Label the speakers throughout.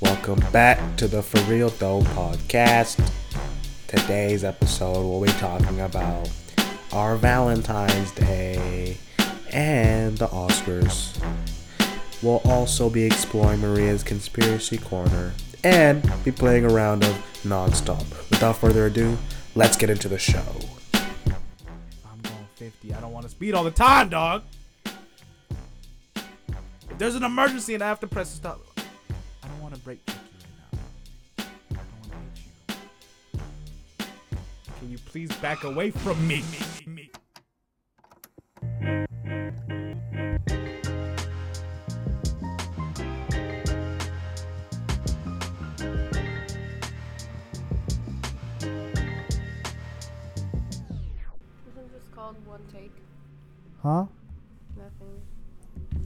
Speaker 1: welcome back to the For Real Though podcast. Today's episode, we'll be talking about our Valentine's Day and the Oscars. We'll also be exploring Maria's Conspiracy Corner and be playing a round of Nonstop. Without further ado, let's get into the show.
Speaker 2: I'm going 50. I don't want to speed all the time, dog. If there's an emergency and I have to press the stop, I don't want to break check you right now. I don't want to hit you. Can you please back away from me? me, me, me?
Speaker 3: Isn't this called one take?
Speaker 2: Huh?
Speaker 3: Nothing.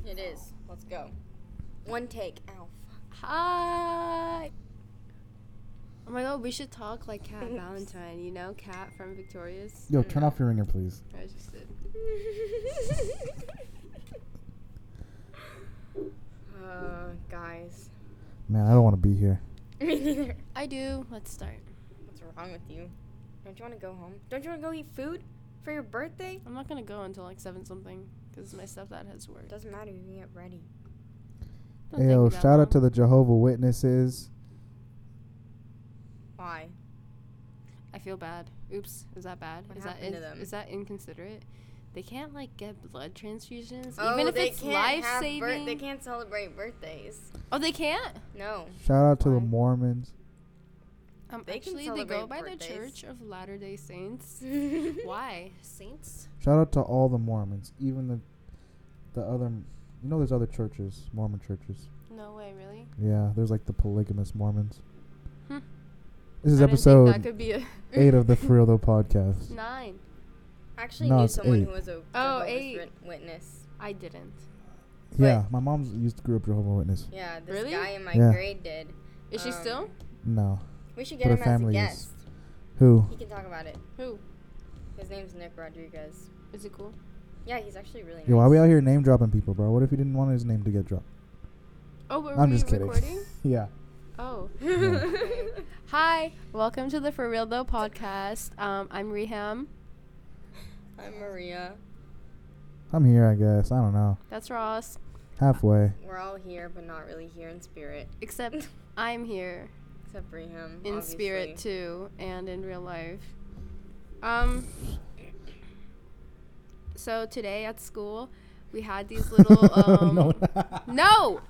Speaker 4: It is. Let's go. One take. Ow. fuck. Hi.
Speaker 3: Oh my god, we should talk like Cat Valentine, you know? Cat from Victorious.
Speaker 5: Yo, turn off your ringer, please.
Speaker 3: I just did.
Speaker 4: Uh, guys.
Speaker 5: Man, I don't want to be here.
Speaker 4: Me neither.
Speaker 3: I do. Let's start.
Speaker 4: What's wrong with you? Don't you want to go home? Don't you want to go eat food for your birthday?
Speaker 3: I'm not gonna go until like 7 something because my stepdad has work.
Speaker 4: Doesn't matter. You can get ready.
Speaker 3: Don't
Speaker 5: Hey,
Speaker 3: take
Speaker 5: yo,
Speaker 3: me that
Speaker 5: shout out to
Speaker 3: long.
Speaker 5: the Jehovah Witnesses.
Speaker 4: Why?
Speaker 3: I feel bad. Oops. Is that bad?
Speaker 4: What
Speaker 3: Is that
Speaker 4: happened
Speaker 3: in-
Speaker 4: to them?
Speaker 3: is that inconsiderate? They can't like get blood transfusions,
Speaker 4: Oh,
Speaker 3: even if
Speaker 4: they
Speaker 3: it's
Speaker 4: can't
Speaker 3: life
Speaker 4: have
Speaker 3: saving.
Speaker 4: bir- they can't celebrate birthdays.
Speaker 3: Oh, they can't.
Speaker 4: No.
Speaker 5: Shout out to
Speaker 3: Why?
Speaker 5: the Mormons.
Speaker 3: Um,
Speaker 4: They can
Speaker 3: actually, they go
Speaker 4: celebrate
Speaker 3: by the
Speaker 4: birthdays.
Speaker 3: Church of Latter Day Saints. Why saints?
Speaker 5: Shout out to all the Mormons, even the the other. You know, there's other churches, Mormon churches.
Speaker 3: No way, really.
Speaker 5: Yeah, there's like the polygamous Mormons.
Speaker 3: Hmm.
Speaker 5: This is
Speaker 3: I didn't think
Speaker 5: episode
Speaker 3: that could be a
Speaker 5: eight of the For Real Though podcast.
Speaker 3: nine.
Speaker 4: I actually
Speaker 5: No,
Speaker 4: knew
Speaker 5: it's
Speaker 4: someone
Speaker 5: eight.
Speaker 4: who was a
Speaker 3: Oh,
Speaker 4: Jehovah's
Speaker 3: eight.
Speaker 4: Wit- witness.
Speaker 3: I didn't.
Speaker 5: Yeah, my mom's used to grew up Jehovah Witness.
Speaker 4: Yeah, this
Speaker 3: Really?
Speaker 4: guy in my
Speaker 5: Yeah.
Speaker 4: grade did.
Speaker 3: Is she
Speaker 4: Um,
Speaker 3: still?
Speaker 5: No,
Speaker 4: We should
Speaker 5: But
Speaker 4: get
Speaker 5: her
Speaker 4: him as a
Speaker 5: family is-
Speaker 4: guest.
Speaker 5: who?
Speaker 4: He can talk about it.
Speaker 3: Who?
Speaker 4: His name's Nick Rodriguez.
Speaker 3: Is it cool?
Speaker 4: Yeah, he's actually really nice.
Speaker 5: Yo, why we out here name dropping people, bro? What if he didn't want his name to get dropped?
Speaker 3: Oh, were
Speaker 5: I'm
Speaker 3: we
Speaker 5: just kidding.
Speaker 3: recording?
Speaker 5: yeah.
Speaker 3: Oh.
Speaker 5: Yeah.
Speaker 3: Hi. Welcome to the For Real Though podcast. Um, I'm Reham.
Speaker 4: I'm Maria.
Speaker 5: I'm here, I guess. I don't know.
Speaker 3: That's Ross.
Speaker 5: Halfway.
Speaker 4: We're all here, but not really here in spirit,
Speaker 3: Except I'm here
Speaker 4: except for him.
Speaker 3: in spirit too and in real life. Um. So today at school, we had these little. Um,
Speaker 5: no.
Speaker 3: no!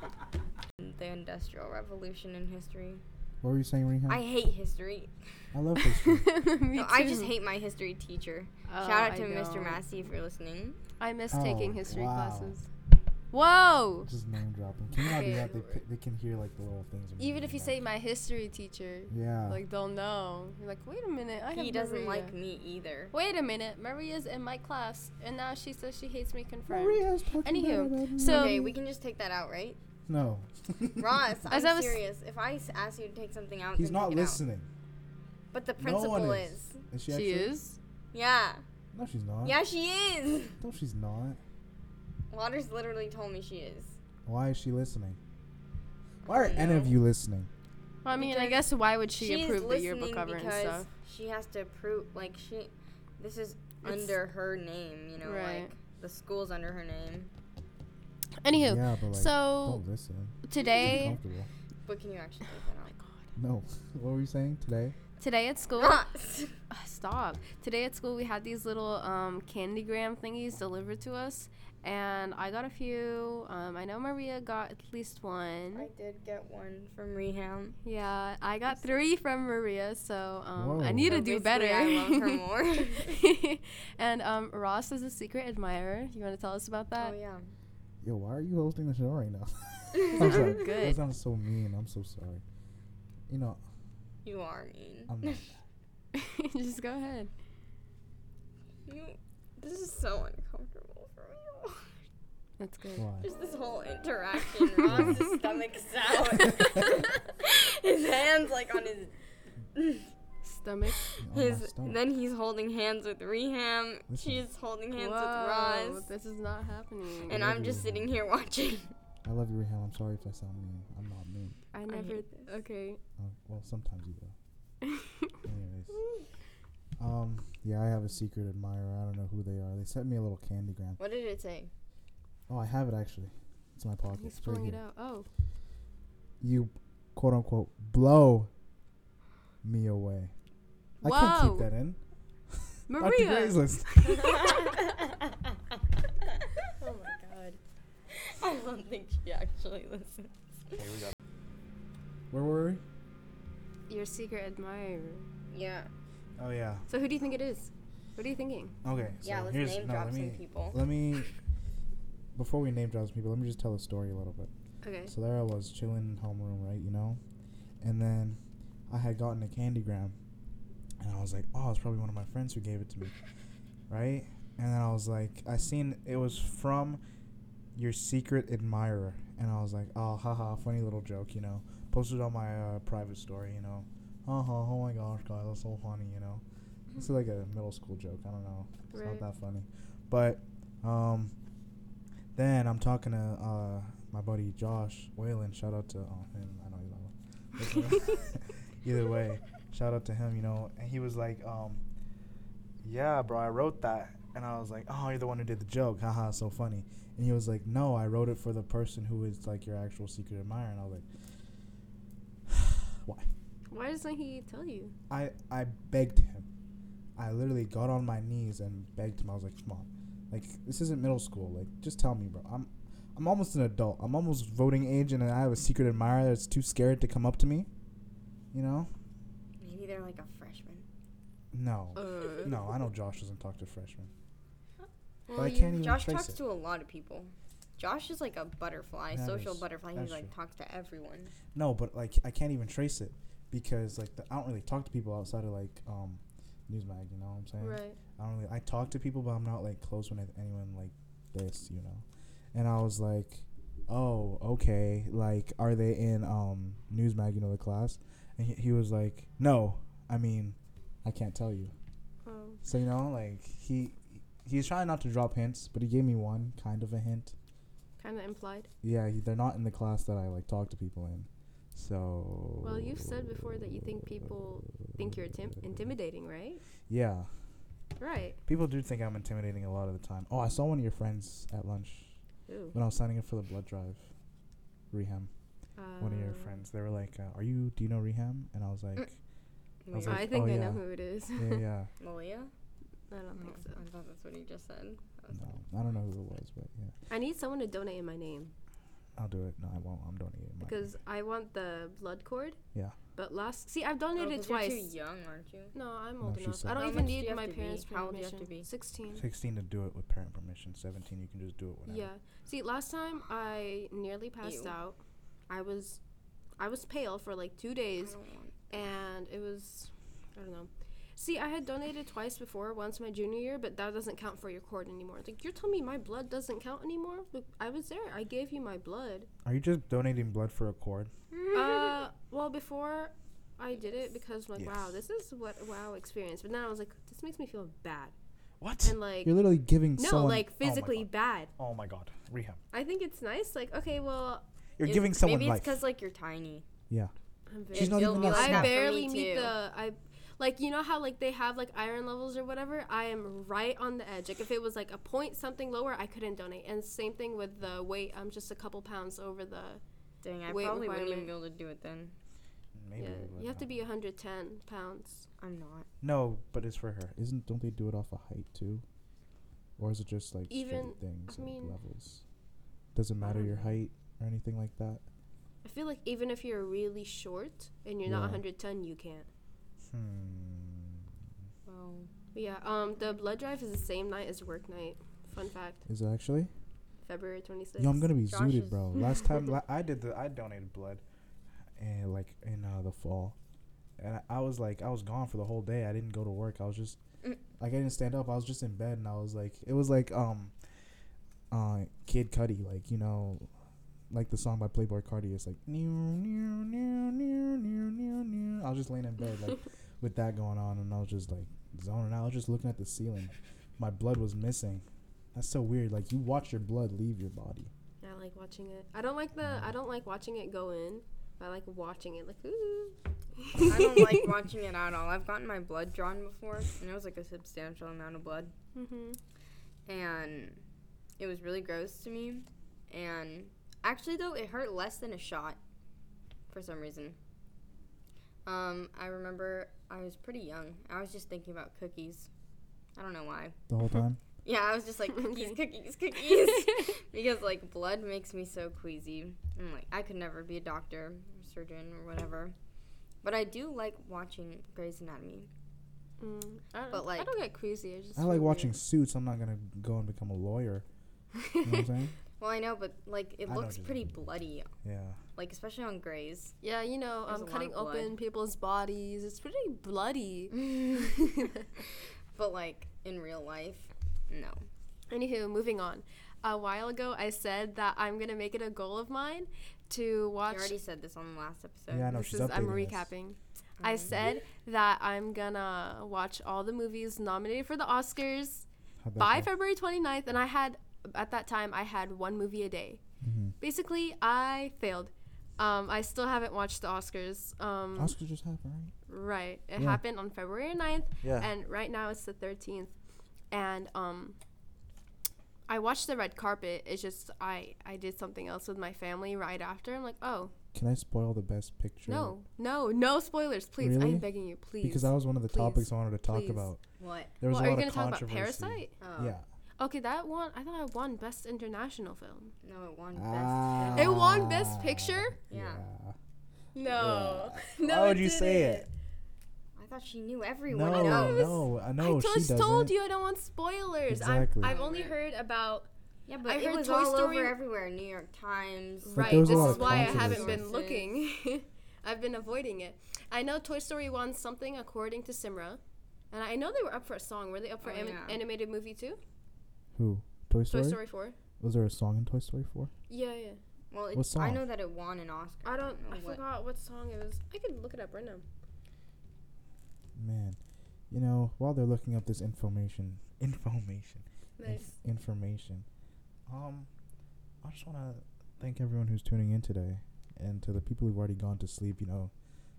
Speaker 4: too. The Industrial Revolution in history.
Speaker 5: What were you saying, Rehan?
Speaker 4: I hate history.
Speaker 5: I love history.
Speaker 3: Me
Speaker 4: No, I just
Speaker 3: too.
Speaker 4: hate my history teacher.
Speaker 3: Oh,
Speaker 4: Shout out
Speaker 3: I
Speaker 4: to Mr.
Speaker 3: don't.
Speaker 4: Massey if you're listening.
Speaker 3: I miss
Speaker 5: Oh,
Speaker 3: taking history
Speaker 5: wow.
Speaker 3: classes. Whoa!
Speaker 5: Just name dropping. Can you not do
Speaker 3: Okay.
Speaker 5: that? They, pi- they can hear like the little things. when
Speaker 3: Even if you
Speaker 5: name
Speaker 3: say my history teacher,
Speaker 5: drop. Yeah.
Speaker 3: like they'll know. You're like, wait a minute, I have
Speaker 4: He doesn't
Speaker 3: Maria.
Speaker 4: like me either.
Speaker 3: Wait a minute, Maria's in my class, and now she says she hates me. Confirmed.
Speaker 5: Maria's talking
Speaker 3: Anywho,
Speaker 5: bad about me.
Speaker 3: so-
Speaker 4: Okay, we can just take that out, right?
Speaker 5: no.
Speaker 4: Ross,
Speaker 3: As
Speaker 4: I'm
Speaker 3: I was-
Speaker 4: serious. If I s- ask you to take something out,
Speaker 5: He's
Speaker 4: then
Speaker 5: not
Speaker 4: take it out.
Speaker 5: listening.
Speaker 4: But the
Speaker 5: No
Speaker 4: principal
Speaker 5: one
Speaker 4: is.
Speaker 5: is. Is she,
Speaker 3: She
Speaker 5: actually?
Speaker 3: is.
Speaker 4: Yeah.
Speaker 5: No, she's not.
Speaker 4: Yeah, she is.
Speaker 5: No, she's not.
Speaker 4: Waters literally told me she is.
Speaker 5: Why is she listening? Why are
Speaker 4: don't
Speaker 5: any of
Speaker 4: know.
Speaker 5: you listening?
Speaker 3: Well, I mean, I
Speaker 4: Because
Speaker 3: guess why would she
Speaker 4: She's
Speaker 3: approve the yearbook
Speaker 4: listening
Speaker 3: cover and
Speaker 4: because
Speaker 3: stuff?
Speaker 4: She has to approve, like she, this is
Speaker 3: It's-
Speaker 4: under her name, you know,
Speaker 3: Right.
Speaker 4: like the school's under her name.
Speaker 3: Anywho,
Speaker 5: Yeah, but like,
Speaker 3: so
Speaker 5: don't listen. It's
Speaker 3: today,
Speaker 5: uncomfortable.
Speaker 4: But can you actually take
Speaker 5: No. what were you saying today?
Speaker 3: today at school,
Speaker 4: that out? Ross.
Speaker 3: Ugh, stop. Today at school, we had these little um, candy gram thingies delivered to us, and I got a few. Um, I know Maria got at least
Speaker 4: I
Speaker 3: one.
Speaker 4: did get one from Reham.
Speaker 3: Yeah, I got three from Maria, so um, I
Speaker 5: Whoa.
Speaker 3: need
Speaker 5: So
Speaker 3: to do better.
Speaker 4: basically, I love her more.
Speaker 3: and um, Ross is a secret admirer. You want to tell us about that?
Speaker 4: oh yeah.
Speaker 5: Yo, why are you hosting the show right now? I'm sorry.
Speaker 3: Good.
Speaker 5: That sounds so mean. I'm so sorry. You know,
Speaker 4: You are mean.
Speaker 5: I'm not.
Speaker 3: Just go ahead.
Speaker 4: You. This is so uncomfortable for me.
Speaker 3: That's good.
Speaker 5: Why?
Speaker 4: Just this whole interaction. Ross's stomach's out. his hands like on his.
Speaker 3: Stomach.
Speaker 5: On my
Speaker 4: His,
Speaker 5: stomach.
Speaker 4: then he's holding hands with Reham.
Speaker 5: Listen.
Speaker 4: She's holding hands
Speaker 3: Whoa,
Speaker 4: with Ross. Eh,
Speaker 3: this is not happening.
Speaker 4: And
Speaker 5: love
Speaker 4: I'm just
Speaker 5: you.
Speaker 4: sitting here watching.
Speaker 5: I love you, Raham. I'm sorry if I sound mean. I'm not mean.
Speaker 3: I never.
Speaker 4: hate this.
Speaker 3: okay.
Speaker 5: Uh, well, sometimes you will. Anyways. Um, yeah, I have a secret admirer. I don't know who they are. They sent me a little candygram.
Speaker 4: What did it say?
Speaker 5: Oh, I have it actually. It's in my pocket.
Speaker 3: He's
Speaker 5: It's right
Speaker 3: pulling it
Speaker 5: here.
Speaker 3: out. Oh.
Speaker 5: You quote unquote blow me away. I can't
Speaker 3: Whoa.
Speaker 5: keep that in. Dr. Gray's
Speaker 3: Maria.
Speaker 5: list.
Speaker 4: Oh my god. I don't think she actually listened.
Speaker 1: Here we go.
Speaker 5: Where were we?
Speaker 3: Your secret admirer.
Speaker 4: Yeah.
Speaker 5: Oh yeah.
Speaker 3: So who do you think it is? What are you thinking?
Speaker 5: Okay.
Speaker 4: yeah,
Speaker 5: so
Speaker 4: let's
Speaker 5: here's,
Speaker 4: name
Speaker 5: no,
Speaker 4: drop
Speaker 5: let
Speaker 4: some
Speaker 5: me,
Speaker 4: people.
Speaker 5: Let me. Before we name drop some people, let me just tell the story a little bit.
Speaker 3: Okay.
Speaker 5: So there I was chilling in homeroom, right? You know, and then I had gotten a candygram, and I was like, "Oh, it's probably one of my friends who gave it to me," right? And then I was like, "I seen it was from your secret admirer," and I was like, "Oh, haha, funny little joke," you know. Posted on my uh, private story, you know. Uh huh. Oh my gosh, guys, that's so funny, you know. This is like a middle school joke. I don't know. It's
Speaker 3: Right.
Speaker 5: not that funny, but um, then I'm talking to uh my buddy Josh Whalen. Shout out to oh, him. I know he's not. listening. Either way, shout out to him. You know, and he was like, um, yeah, bro, I wrote that, and I was like, oh, you're the one who did the joke. Haha, so funny. And he was like, no, I wrote it for the person who is like your actual secret admirer. And I was like, why?
Speaker 3: Why doesn't he tell you?
Speaker 5: I I begged him. I literally got on my knees and begged him. I was like, "Come on, like this isn't middle school. Like just tell me, bro. I'm I'm almost an adult. I'm almost voting age, and I have a secret admirer that's too scared to come up to me. You know?
Speaker 4: Maybe they're like a freshman.
Speaker 5: No,
Speaker 3: Uh,
Speaker 5: no. I know Josh doesn't talk to freshmen.
Speaker 3: well,
Speaker 5: but I
Speaker 3: you-
Speaker 5: can't even
Speaker 4: Mm, Josh
Speaker 5: trace
Speaker 4: talks
Speaker 5: it.
Speaker 4: to a lot of people. Josh is like a butterfly,
Speaker 5: That
Speaker 4: social
Speaker 5: is-
Speaker 4: butterfly. He
Speaker 5: that's
Speaker 4: like
Speaker 5: true.
Speaker 4: talks to everyone.
Speaker 5: No, but like I can't even trace it because like the, I don't really talk to people outside of like um Newsmag. You know what I'm saying?
Speaker 3: Right.
Speaker 5: I don't really. I talk to people, but I'm not like close with anyone like this, you know. And I was like, oh, okay. Like, are they in um Newsmag? You know the class. And he, he was like, no. I mean, I can't tell you.
Speaker 3: Oh.
Speaker 5: So you know, like he he's trying not to drop hints, but he gave me one kind of a hint.
Speaker 3: Kind of implied.
Speaker 5: Yeah, he, they're not in the class that I like talk to people in. So
Speaker 3: Well, you've said before that you think people think you're intim- intimidating, right?
Speaker 5: yeah,
Speaker 3: Right.
Speaker 5: people do think I'm intimidating a lot of the time. Oh, I saw one of your friends at lunch.
Speaker 3: Ooh.
Speaker 5: when I was signing up for the blood drive, Reham, one of your
Speaker 3: Uh,
Speaker 5: friends, they were like, uh, "Are you? Do you know Reham?" And I was like, I
Speaker 4: Weird.
Speaker 5: was like,
Speaker 3: I think
Speaker 5: oh,
Speaker 3: I
Speaker 5: yeah.
Speaker 3: know who it is.
Speaker 5: "Yeah, yeah,
Speaker 4: Malia?
Speaker 3: I don't
Speaker 4: Oh,
Speaker 3: think so.
Speaker 4: I thought that's what he just said. I was like,
Speaker 5: no, I don't know who it was, but yeah,
Speaker 3: I need someone to donate in my name
Speaker 5: I'll do it. No, I won't. I'm donating it.
Speaker 3: because I want the blood cord.
Speaker 5: Yeah.
Speaker 3: But last, see, I've
Speaker 4: "Oh,
Speaker 3: donated
Speaker 4: 'cause
Speaker 3: twice.
Speaker 4: You're too young, aren't you?
Speaker 3: No, I'm
Speaker 5: No,
Speaker 3: old
Speaker 5: she
Speaker 3: enough.
Speaker 5: said-
Speaker 3: I don't
Speaker 4: How
Speaker 3: even
Speaker 4: much do you
Speaker 3: need
Speaker 4: have
Speaker 3: my
Speaker 4: to be?
Speaker 3: parents'
Speaker 4: How old do you have to
Speaker 3: permission.
Speaker 4: be?
Speaker 3: Sixteen.
Speaker 5: sixteen to do it with parent permission. Seventeen, you can just do it whenever.
Speaker 3: Yeah. See, last time I nearly passed
Speaker 4: Ew.
Speaker 3: out. I was, I was pale for like two
Speaker 4: I
Speaker 3: days,
Speaker 4: don't want-
Speaker 3: and it was, I don't know. See, I had donated twice before, once my junior year, but that doesn't count for your cord anymore. Like you're telling me my blood doesn't count anymore? Look, I was there. I gave you my blood.
Speaker 5: Are you just donating blood for a cord?
Speaker 4: Mm-hmm.
Speaker 3: uh, well, before I did it because like, wow,
Speaker 5: Yes.
Speaker 3: this is what a wow experience. But now I was like, this makes me feel bad
Speaker 5: What?
Speaker 3: and like
Speaker 5: You're literally Oh giving
Speaker 3: no,
Speaker 5: someone.
Speaker 3: like physically bad.
Speaker 5: Oh my god, oh my God. Reham,
Speaker 3: I think it's nice. Like, okay, well,
Speaker 5: you're
Speaker 4: Is-
Speaker 5: giving someone
Speaker 4: Maybe it's
Speaker 5: life.
Speaker 4: because like you're tiny.
Speaker 5: yeah,
Speaker 3: I'm very
Speaker 5: She's not
Speaker 4: You'll
Speaker 5: even
Speaker 4: be
Speaker 5: that
Speaker 4: like
Speaker 5: small.
Speaker 3: I
Speaker 4: that for me
Speaker 3: barely meet
Speaker 4: too.
Speaker 3: the I like you know how like they have like iron levels or whatever. I am right on the edge. Like if it was like a point something lower, I couldn't donate. And same thing with the weight. I'm just a couple pounds over the.
Speaker 4: Dang, I
Speaker 3: weight
Speaker 4: probably wouldn't even
Speaker 3: requirement.
Speaker 4: be able to do it then.
Speaker 5: maybe.
Speaker 3: Yeah,
Speaker 5: but
Speaker 3: you have to
Speaker 5: no.
Speaker 3: be 110 pounds.
Speaker 4: I'm not.
Speaker 5: No, but it's for her. Isn't? Don't they do it off of height too? Or is it just like
Speaker 3: Even-
Speaker 5: straight things,
Speaker 3: I
Speaker 5: like
Speaker 3: mean- Um,
Speaker 5: levels? Does it matter
Speaker 3: don't
Speaker 5: your height or anything like that?
Speaker 3: I feel like even if you're really short and you're
Speaker 5: Yeah.
Speaker 3: not 110, you can't.
Speaker 5: Hmm.
Speaker 4: Well,
Speaker 3: But yeah. Um, the blood drive is the same night as work night. Fun fact:
Speaker 5: Is it actually?
Speaker 3: February 26th.
Speaker 5: Yo, I'm gonna be
Speaker 4: Josh
Speaker 5: zooted,
Speaker 4: is-
Speaker 5: bro. Last time la- I did the, I donated blood, and like in uh, the fall, and I, I was like, I was gone for the whole day. I didn't go to work. I was just,
Speaker 4: Mm.
Speaker 5: like, I didn't stand up. I was just in bed, and I was like, it was like, um, uh, Kid Cudi, like you know, like the song by Playboy Cardi. It's like, near, near, near, near, near, near, near. I was just laying in bed, like, with that going on, and I was just like zoning out. I was just looking at the ceiling. My blood was missing. That's so weird. Like you watch your blood leave your body.
Speaker 3: I like watching it. I don't like the. I don't like watching it go in. by like watching it, like ooh.
Speaker 4: I don't like watching it at all. I've gotten my blood drawn before, and it was like a substantial amount of blood,
Speaker 3: hmm
Speaker 4: and it was really gross to me. And actually, though, it hurt less than a shot for some reason. Um, I remember I was pretty young. I was just thinking about cookies. I don't know why.
Speaker 5: the whole time.
Speaker 4: Yeah, I was just like cookies,
Speaker 3: Okay.
Speaker 4: cookies, cookies, because like blood makes me so queasy. I'm like I could never be a doctor, or surgeon, or whatever. But I do like watching Grey's Anatomy.
Speaker 3: Mm, I don't,
Speaker 4: But,
Speaker 3: but like, I
Speaker 4: like-
Speaker 3: don't get queasy. I just
Speaker 5: I
Speaker 3: feel
Speaker 5: like
Speaker 3: weird.
Speaker 5: watching suits. I'm not gonna go and become a lawyer. You know what I'm saying?
Speaker 4: Well, I know, but like it
Speaker 5: I know
Speaker 4: looks
Speaker 5: what you
Speaker 4: pretty bloody,
Speaker 5: Yeah.
Speaker 4: like especially on Grey's.
Speaker 3: yeah, you know,
Speaker 4: There's
Speaker 3: um,
Speaker 4: a lot
Speaker 3: cutting
Speaker 4: of blood.
Speaker 3: open people's bodies. It's pretty bloody.
Speaker 4: But like in real life, no.
Speaker 3: Anywho, moving on. A while ago, I said that I'm gonna make it a goal of mine to
Speaker 4: I
Speaker 3: watch.
Speaker 4: already said this on the last episode.
Speaker 5: Yeah, I know
Speaker 3: this
Speaker 5: she's
Speaker 3: is, I'm
Speaker 5: updating us.
Speaker 3: recapping. I said that I'm gonna watch all the movies nominated for the Oscars
Speaker 5: How'd that
Speaker 3: by
Speaker 5: go?
Speaker 3: February 29th, and I had at that time I had one movie a day.
Speaker 5: Mhm.
Speaker 3: Basically, I failed. Um, I still haven't watched the Oscars. Um,
Speaker 5: Oscars just happened, right?
Speaker 3: Right. It
Speaker 5: Yeah. Uh-huh.
Speaker 3: happened on February 9th.
Speaker 5: Yeah.
Speaker 3: And right now it's the 13th. And um I watched the red carpet. It's just I I did something else with my family right after. I'm like, "Oh,
Speaker 5: Can I spoil the best picture?
Speaker 3: no. No, no spoilers, please.
Speaker 5: Really?
Speaker 3: I'm begging you, please."
Speaker 5: Because that was one of the
Speaker 3: Please.
Speaker 5: topics I wanted to talk
Speaker 3: Please.
Speaker 5: about.
Speaker 4: What?
Speaker 5: There was
Speaker 3: well,
Speaker 5: a
Speaker 3: are
Speaker 5: lot
Speaker 3: you gonna
Speaker 5: of
Speaker 3: talk about
Speaker 5: controversy.
Speaker 3: Parasite?
Speaker 4: Oh,
Speaker 5: Yeah.
Speaker 3: Okay, that won. I thought I won best international film.
Speaker 4: No, it won best.
Speaker 5: Ah.
Speaker 4: Picture.
Speaker 3: It won Best Picture?
Speaker 4: Yeah.
Speaker 3: No. No.
Speaker 5: Why would you say it?
Speaker 4: I thought she knew everyone.
Speaker 5: No,
Speaker 4: knows.
Speaker 5: no, I know
Speaker 3: I
Speaker 5: she
Speaker 3: just
Speaker 5: doesn't.
Speaker 3: told you I don't want spoilers.
Speaker 5: Exactly.
Speaker 3: I've, I've only heard about
Speaker 4: Yeah, but
Speaker 3: I
Speaker 4: it
Speaker 3: heard
Speaker 4: was
Speaker 3: Toy
Speaker 4: all
Speaker 3: Story-
Speaker 4: over everywhere. New York Times.
Speaker 5: But
Speaker 3: Right.
Speaker 5: there
Speaker 3: This
Speaker 5: was a lot
Speaker 3: is
Speaker 5: of
Speaker 3: why I haven't
Speaker 4: controversy.
Speaker 3: been looking. I've been avoiding it. I know Toy Story won something according to Simra, and I know they were up for a song. Were they up for
Speaker 4: Oh,
Speaker 3: an
Speaker 4: yeah.
Speaker 3: animated movie too?
Speaker 5: Who? Toy Story?
Speaker 3: Toy Story Four.
Speaker 5: Was there a song in Toy Story 4?
Speaker 3: Yeah, yeah.
Speaker 4: Well, it, I
Speaker 5: What song?
Speaker 4: know that it won an Oscar.
Speaker 3: I don't. I
Speaker 4: what-
Speaker 3: forgot what song it was. I could look it up right now.
Speaker 5: Man, you know, while they're looking up this information, information,
Speaker 3: Nice.
Speaker 5: inf- information, um, I just want to thank everyone who's tuning in today, and to the people who've already gone to sleep. You know,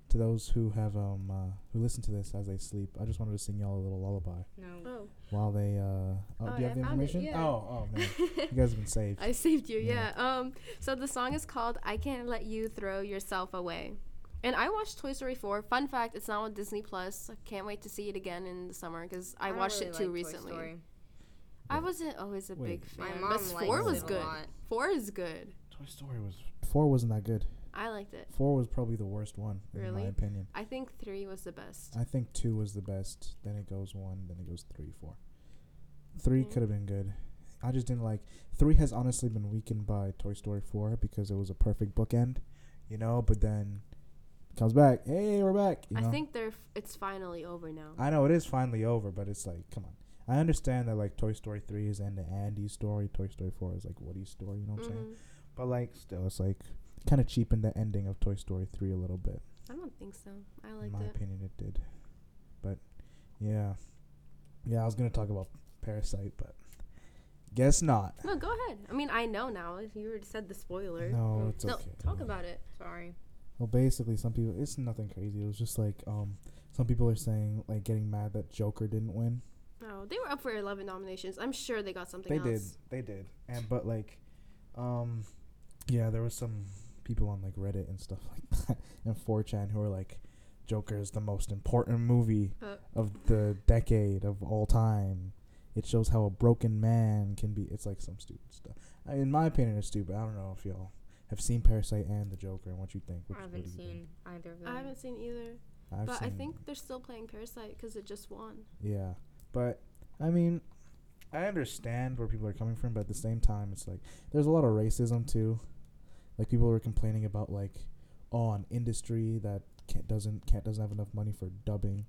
Speaker 5: to those who have um uh, who listen to this as they sleep. I just wanted to sing y'all a little lullaby
Speaker 4: No.
Speaker 3: Oh,
Speaker 5: while they uh. Oh,
Speaker 3: Oh,
Speaker 5: do you
Speaker 3: yeah,
Speaker 5: have the
Speaker 3: I found it,
Speaker 5: information?
Speaker 3: yeah.
Speaker 5: Oh, oh man, you guys have been saved.
Speaker 3: I saved you.
Speaker 5: Yeah.
Speaker 3: Yeah. Um. So the song is called "I Can't Let You Throw Yourself Away," and I watched Toy Story Four. Fun fact: It's now on Disney Plus. I can't wait to see it again in the summer because I,
Speaker 4: don't
Speaker 3: watched
Speaker 4: really
Speaker 3: it too
Speaker 4: like Toy
Speaker 3: recently.
Speaker 4: Story.
Speaker 3: I wasn't always a
Speaker 5: Wait.
Speaker 3: big fan.
Speaker 4: My
Speaker 3: My
Speaker 4: mom likes
Speaker 3: four was
Speaker 4: it a
Speaker 3: good.
Speaker 4: lot.
Speaker 3: Four is good.
Speaker 5: Toy Story was four wasn't that good.
Speaker 3: I liked it.
Speaker 5: Four was probably the worst one in my
Speaker 3: Really?
Speaker 5: opinion.
Speaker 3: I think three was the best.
Speaker 5: I think two was the best. Then it goes one. Then it goes three, four. Three
Speaker 3: Mm.
Speaker 5: could have been good. I just didn't like. Three has honestly been weakened by Toy Story four because it was a perfect bookend, you know. But then comes back. Hey, we're back. You
Speaker 3: I
Speaker 5: know?
Speaker 3: think they're f- it's finally over now.
Speaker 5: I know it is finally over, but it's like, come on. I understand that like Toy Story three is end to Andy's story. Toy Story four is like Woody's story. You know what I'm saying?
Speaker 3: Mhm.
Speaker 5: But like, still, it's like kind of cheapened the ending of Toy Story three a little bit.
Speaker 3: I don't think so. I
Speaker 5: in
Speaker 3: liked
Speaker 5: my
Speaker 3: it.
Speaker 5: opinion, it did. But yeah, yeah, I was gonna talk about Parasite, but guess not.
Speaker 3: No, go ahead. I mean, I know now. If You already said the spoiler.
Speaker 5: No, it's
Speaker 3: no,
Speaker 5: okay.
Speaker 3: talk about it.
Speaker 4: Sorry.
Speaker 5: Well, basically, some people. It's nothing crazy. It was just like um, some people are saying like getting mad that Joker didn't win.
Speaker 3: No, Oh, they were up for 11 nominations. I'm sure they got something
Speaker 5: They
Speaker 3: else.
Speaker 5: did. They did. And but like, um, yeah, there was some people on like Reddit and stuff like that and 4chan who were like, Joker is the most important movie
Speaker 3: Uh.
Speaker 5: of the decade of all time. It shows how a broken man can be. It's like some stupid stuff. I, in my opinion, it's stupid. I don't know if y'all have seen Parasite and The Joker and what you think. Which,
Speaker 4: I
Speaker 5: what
Speaker 4: haven't
Speaker 5: do you think?
Speaker 4: seen either of them.
Speaker 3: I haven't seen either.
Speaker 5: I've
Speaker 3: but I
Speaker 5: seen-
Speaker 3: think they're still playing Parasite because it just won.
Speaker 5: Yeah, but I mean, I understand where people are coming from, but at the same time, it's like there's a lot of racism too. Like people were complaining about like, oh, an industry that can't, doesn't can't doesn't have enough money for dubbing,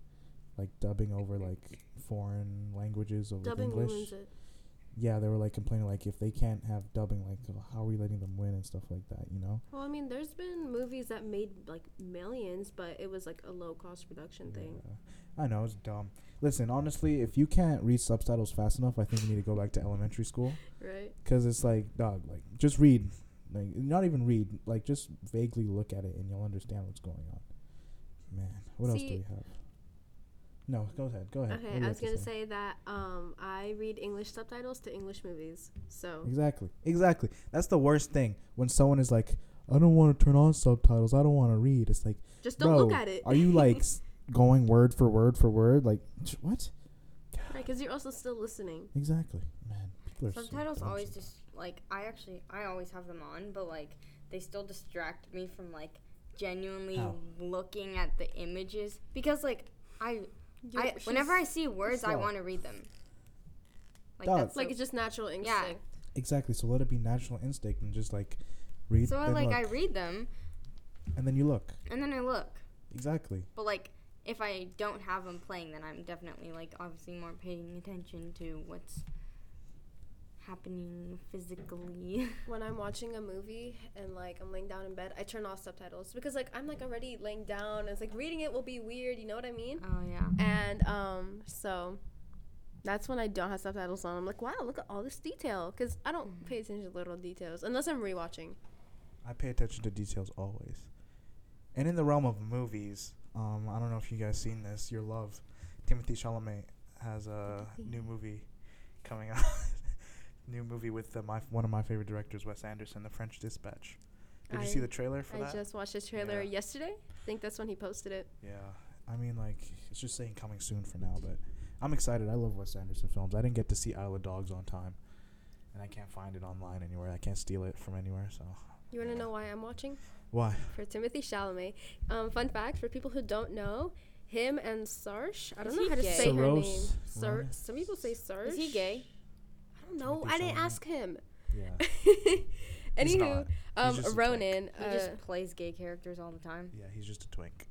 Speaker 5: like dubbing over like foreign languages over
Speaker 3: Dubbing
Speaker 5: English.
Speaker 3: ruins it.
Speaker 5: Yeah, they were like complaining like if they can't have dubbing, like oh, how are we letting them win and stuff like that, you know?
Speaker 3: Well, I mean, there's been movies that made like millions, but it was like a low cost production thing.
Speaker 5: Yeah. I know it's dumb. Listen, honestly, if you can't read subtitles fast enough, I think you need to go back to elementary school.
Speaker 3: Right?
Speaker 5: Cause it's like dog, like just read, Like not even read, like just vaguely look at it and you'll understand what's going on. Man, what else do
Speaker 3: See-
Speaker 5: we have? No, go ahead. Go ahead. What do
Speaker 3: Okay,
Speaker 5: you
Speaker 3: I
Speaker 5: have
Speaker 3: was
Speaker 5: to
Speaker 3: gonna say that um, I read English subtitles to English movies, so
Speaker 5: Exactly. Exactly. That's the worst thing when someone is like, I don't want to turn on subtitles. I don't want to read. It's like,
Speaker 3: just don't
Speaker 5: bro,
Speaker 3: look at it.
Speaker 5: are you like s- going word for word for word? Like, ch- what?
Speaker 3: Because you're also still listening.
Speaker 5: Exactly. Man, people are so
Speaker 4: Subtitles
Speaker 5: dumb
Speaker 4: always
Speaker 5: sometimes.
Speaker 4: just like I actually I always have them on, but like they still distract me from like genuinely
Speaker 5: How?
Speaker 4: looking at the images because like I,
Speaker 3: You're-
Speaker 4: I whenever I
Speaker 3: she's-
Speaker 4: see words I
Speaker 5: slow.
Speaker 4: want to read them. Like
Speaker 5: Dog.
Speaker 4: that's
Speaker 3: like,
Speaker 4: like
Speaker 3: it's just natural instinct.
Speaker 5: Exactly. So let it be natural instinct and just like read.
Speaker 4: so I,
Speaker 5: then
Speaker 4: like I
Speaker 5: look.
Speaker 4: read them
Speaker 5: and then you look.
Speaker 4: and then I look,
Speaker 5: Exactly.
Speaker 4: but like if I don't have them playing, then I'm definitely like obviously more paying attention to what's happening physically.
Speaker 3: When I'm watching a movie and like I'm laying down in bed, I turn off subtitles because like I'm like already laying down. And it's like reading it will be weird. You know what I mean?
Speaker 4: oh yeah.
Speaker 3: And um, so that's when I don't have subtitles on. I'm like, wow, look at all this detail because I
Speaker 4: Mm-hmm.
Speaker 3: don't pay attention to little details unless I'm rewatching.
Speaker 5: I pay attention to details always. And in the realm of movies, um, I don't know if you guys seen this. Your love, Timothy Chalamet has a new movie coming out. new movie with uh, my one of my favorite directors, Wes Anderson, The French Dispatch. Did you see
Speaker 3: I-
Speaker 5: the trailer for
Speaker 3: I
Speaker 5: that?
Speaker 3: just watched the trailer
Speaker 5: Yeah.
Speaker 3: yesterday. I think that's when he posted it.
Speaker 5: yeah, I mean, like it's just saying coming soon for now, but I'm excited. I love Wes Anderson films. I didn't get to see Isle of Dogs on time, and I can't find it online anywhere. I can't steal it from anywhere. So
Speaker 3: You want to know why I'm watching?
Speaker 5: why?
Speaker 3: For Timothy Chalamet. Um, fun fact for people who don't know, him and Sarsh. I don't
Speaker 4: Is
Speaker 3: know
Speaker 4: he
Speaker 3: how to
Speaker 4: gay?
Speaker 3: say her name.
Speaker 5: Saoirse
Speaker 3: Sar-
Speaker 5: Ronan?
Speaker 3: some people say Sarsh.
Speaker 4: Is he gay?
Speaker 3: I don't know.
Speaker 5: Timothy
Speaker 3: I didn't
Speaker 5: Chalamet.
Speaker 3: ask him.
Speaker 5: Yeah, He's
Speaker 3: Anywho,
Speaker 5: not.
Speaker 3: um,
Speaker 5: just a twink.
Speaker 3: Ronan.
Speaker 4: He
Speaker 3: uh,
Speaker 4: just plays gay characters all the time.
Speaker 5: yeah, he's just a twink.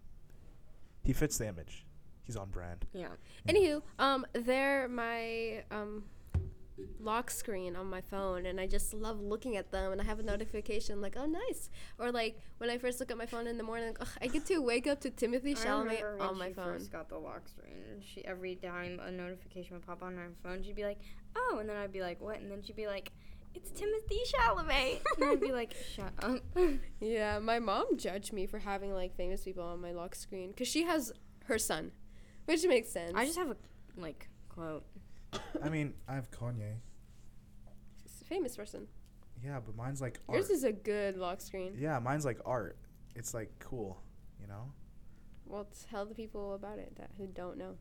Speaker 5: He fits the image. He's on brand.
Speaker 4: Yeah.
Speaker 3: Anywho, um, they're my um, lock screen on my phone, and I just love looking at them. And I have a notification like, "Oh, nice!" Or like when I first look at my phone in the morning, like, "Ugh, I get to wake up to Timothy
Speaker 4: I remember
Speaker 3: Chalamet
Speaker 4: when
Speaker 3: on my
Speaker 4: she
Speaker 3: phone.
Speaker 4: first got the lock screen. She every time a notification would pop on her phone, she'd be like, "Oh," and then I'd be like, "What?" And then she'd be like, "It's Timothy Chalamet," and I'd be like, "Shut up."
Speaker 3: Yeah, my mom judged me for having like famous people on my lock screen because she has her son, which makes sense.
Speaker 4: I just have a like quote.
Speaker 5: I mean, I have Kanye.
Speaker 3: She's a famous person.
Speaker 5: Yeah, but mine's like art.
Speaker 3: Yours is a good lock screen.
Speaker 5: yeah, mine's like art. It's like cool, you know?
Speaker 3: Well, tell the people about it that who don't know.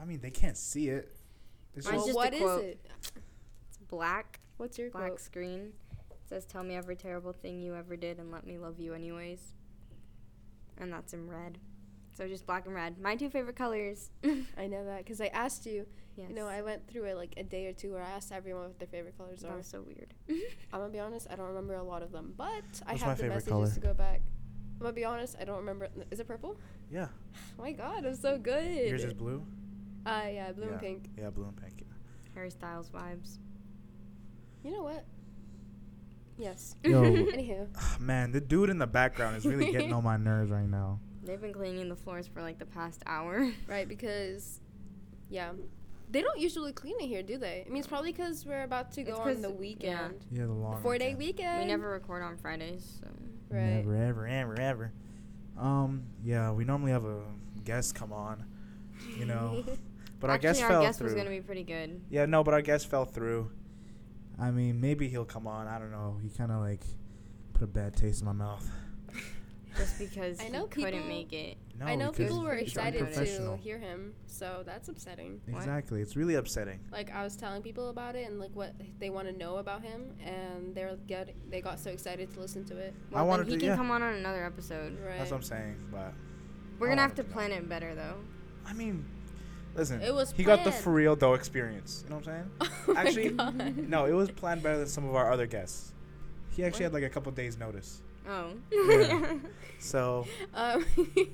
Speaker 5: I mean, they can't see it. It's
Speaker 4: Mine's
Speaker 5: just,
Speaker 3: Well,
Speaker 4: just a
Speaker 3: what is
Speaker 4: quote.
Speaker 3: it?
Speaker 4: It's black,
Speaker 3: What's your
Speaker 4: black
Speaker 3: quote?
Speaker 4: screen. It says, "Tell me every terrible thing you ever did, and let me love you anyways." And that's in red. So just black and red. My two favorite colors. yes.
Speaker 3: I know that because I asked you. You know, I
Speaker 4: I.
Speaker 3: went through it like a day or two where I asked everyone what their favorite colors
Speaker 4: That
Speaker 3: are.
Speaker 4: was so weird.
Speaker 3: I'm gonna be honest, I don't remember a lot of them, but I
Speaker 5: What's my
Speaker 3: have the
Speaker 5: favorite
Speaker 3: messages
Speaker 5: color?
Speaker 3: to go back. I'm gonna be honest, I don't remember. Is it purple?
Speaker 5: yeah.
Speaker 3: my God, I'm so good.
Speaker 5: Yours is blue?
Speaker 3: uh, yeah, blue and
Speaker 5: Yeah.
Speaker 3: pink.
Speaker 5: Yeah, blue and pink. yeah.
Speaker 4: Harry Styles vibes.
Speaker 3: You know what? Yes.
Speaker 5: Yo.
Speaker 3: Anywho,
Speaker 5: Man, the dude in the background is really getting on my nerves right now.
Speaker 4: They've been cleaning the floors for like the past hour.
Speaker 3: right? Because, yeah, they don't usually clean it here, do they? I mean, it's probably because we're about to go on
Speaker 4: 'cause-
Speaker 3: the
Speaker 4: yeah.
Speaker 3: weekend,
Speaker 5: Yeah, the long
Speaker 3: four day
Speaker 5: weekend.
Speaker 3: weekend.
Speaker 4: we never record on Fridays, so
Speaker 3: Right.
Speaker 5: Never, ever, ever, ever. Um, yeah, we normally have a guest come on, you know, but our
Speaker 4: actually
Speaker 5: guest
Speaker 4: our
Speaker 5: fell
Speaker 4: guest
Speaker 5: through.
Speaker 4: was gonna be pretty good.
Speaker 5: Yeah, no, but our guest fell through. I mean, maybe he'll come on. I don't know. He kind of like put a bad taste in my mouth.
Speaker 4: Just because
Speaker 3: I
Speaker 4: he
Speaker 3: know
Speaker 4: couldn't
Speaker 3: people-
Speaker 4: make it.
Speaker 5: No,
Speaker 3: I know
Speaker 5: because
Speaker 3: people were
Speaker 4: it's
Speaker 3: excited to
Speaker 5: unprofessional.
Speaker 3: hear him, so that's upsetting.
Speaker 4: What?
Speaker 5: Exactly. It's really upsetting.
Speaker 3: like I was telling people about it and like what they want to know about him, and they're get they got so excited to listen to it.
Speaker 5: I
Speaker 4: Well,
Speaker 5: wanted
Speaker 4: then he
Speaker 5: to.
Speaker 4: can
Speaker 5: Yeah,
Speaker 4: come on on another episode.
Speaker 3: Right.
Speaker 5: that's what I'm saying. But
Speaker 4: We're
Speaker 5: I
Speaker 4: gonna have
Speaker 5: wanted
Speaker 4: to
Speaker 5: to know.
Speaker 4: plan it better though.
Speaker 5: I mean, listen.
Speaker 3: It was
Speaker 5: He got the
Speaker 3: planned.
Speaker 5: for real though experience. You know what I'm saying?
Speaker 3: Oh my
Speaker 5: Actually,
Speaker 3: God.
Speaker 5: no, it was planned better than some of our other guests. He actually
Speaker 4: What?
Speaker 5: had like a couple days notice.
Speaker 4: Oh.
Speaker 5: Yeah. So
Speaker 3: Um,
Speaker 5: just
Speaker 3: you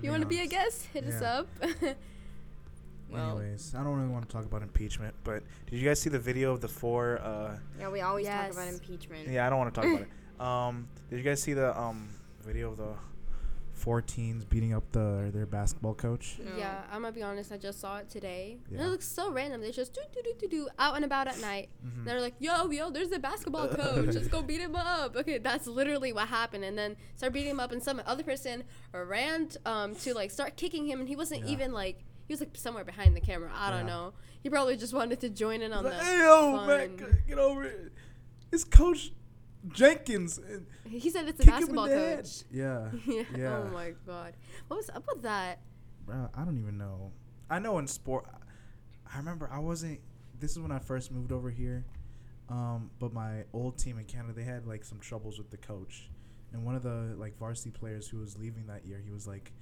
Speaker 5: being
Speaker 3: want to be a
Speaker 5: honest.
Speaker 3: guest? Hit us
Speaker 5: Yeah.
Speaker 3: up.
Speaker 4: well,
Speaker 5: Anyways, I don't really want to talk about impeachment, but did you guys see the video of the four? Uh,
Speaker 4: yeah, we always talk about
Speaker 3: Yes.
Speaker 4: impeachment.
Speaker 5: yeah, I don't want to talk about it. Um, did you guys see the um video of the four teens beating up the their basketball coach.
Speaker 4: No.
Speaker 3: Yeah, I'm gonna be honest. I just saw it today. And
Speaker 5: Yeah.
Speaker 3: it looks so random. They just do do do do do out and about at night.
Speaker 5: Mhm.
Speaker 3: They're like, yo yo, there's the basketball coach. Just go beat him up. Okay, that's literally what happened. And then start beating him up, and some other person ran um to like start kicking him, and he wasn't
Speaker 5: Yeah.
Speaker 3: even like he was like somewhere behind the camera. I don't
Speaker 5: Yeah.
Speaker 3: know. He probably just wanted to join in on
Speaker 5: Like,
Speaker 3: the
Speaker 5: hey yo, man,
Speaker 3: fun.
Speaker 5: g- get over it. It's Coach Jenkins. and
Speaker 3: He said it's a
Speaker 5: kick him in
Speaker 3: basketball
Speaker 5: the head.
Speaker 3: coach.
Speaker 5: Yeah.
Speaker 3: Yeah.
Speaker 5: Yeah.
Speaker 3: Oh my god. What was up with that?
Speaker 5: Bro, I don't even know. I know in sport, I remember I wasn't. This is when I first moved over here, um, but my old team in Canada they had like some troubles with the coach, and one of the like varsity players who was leaving that year, he was like,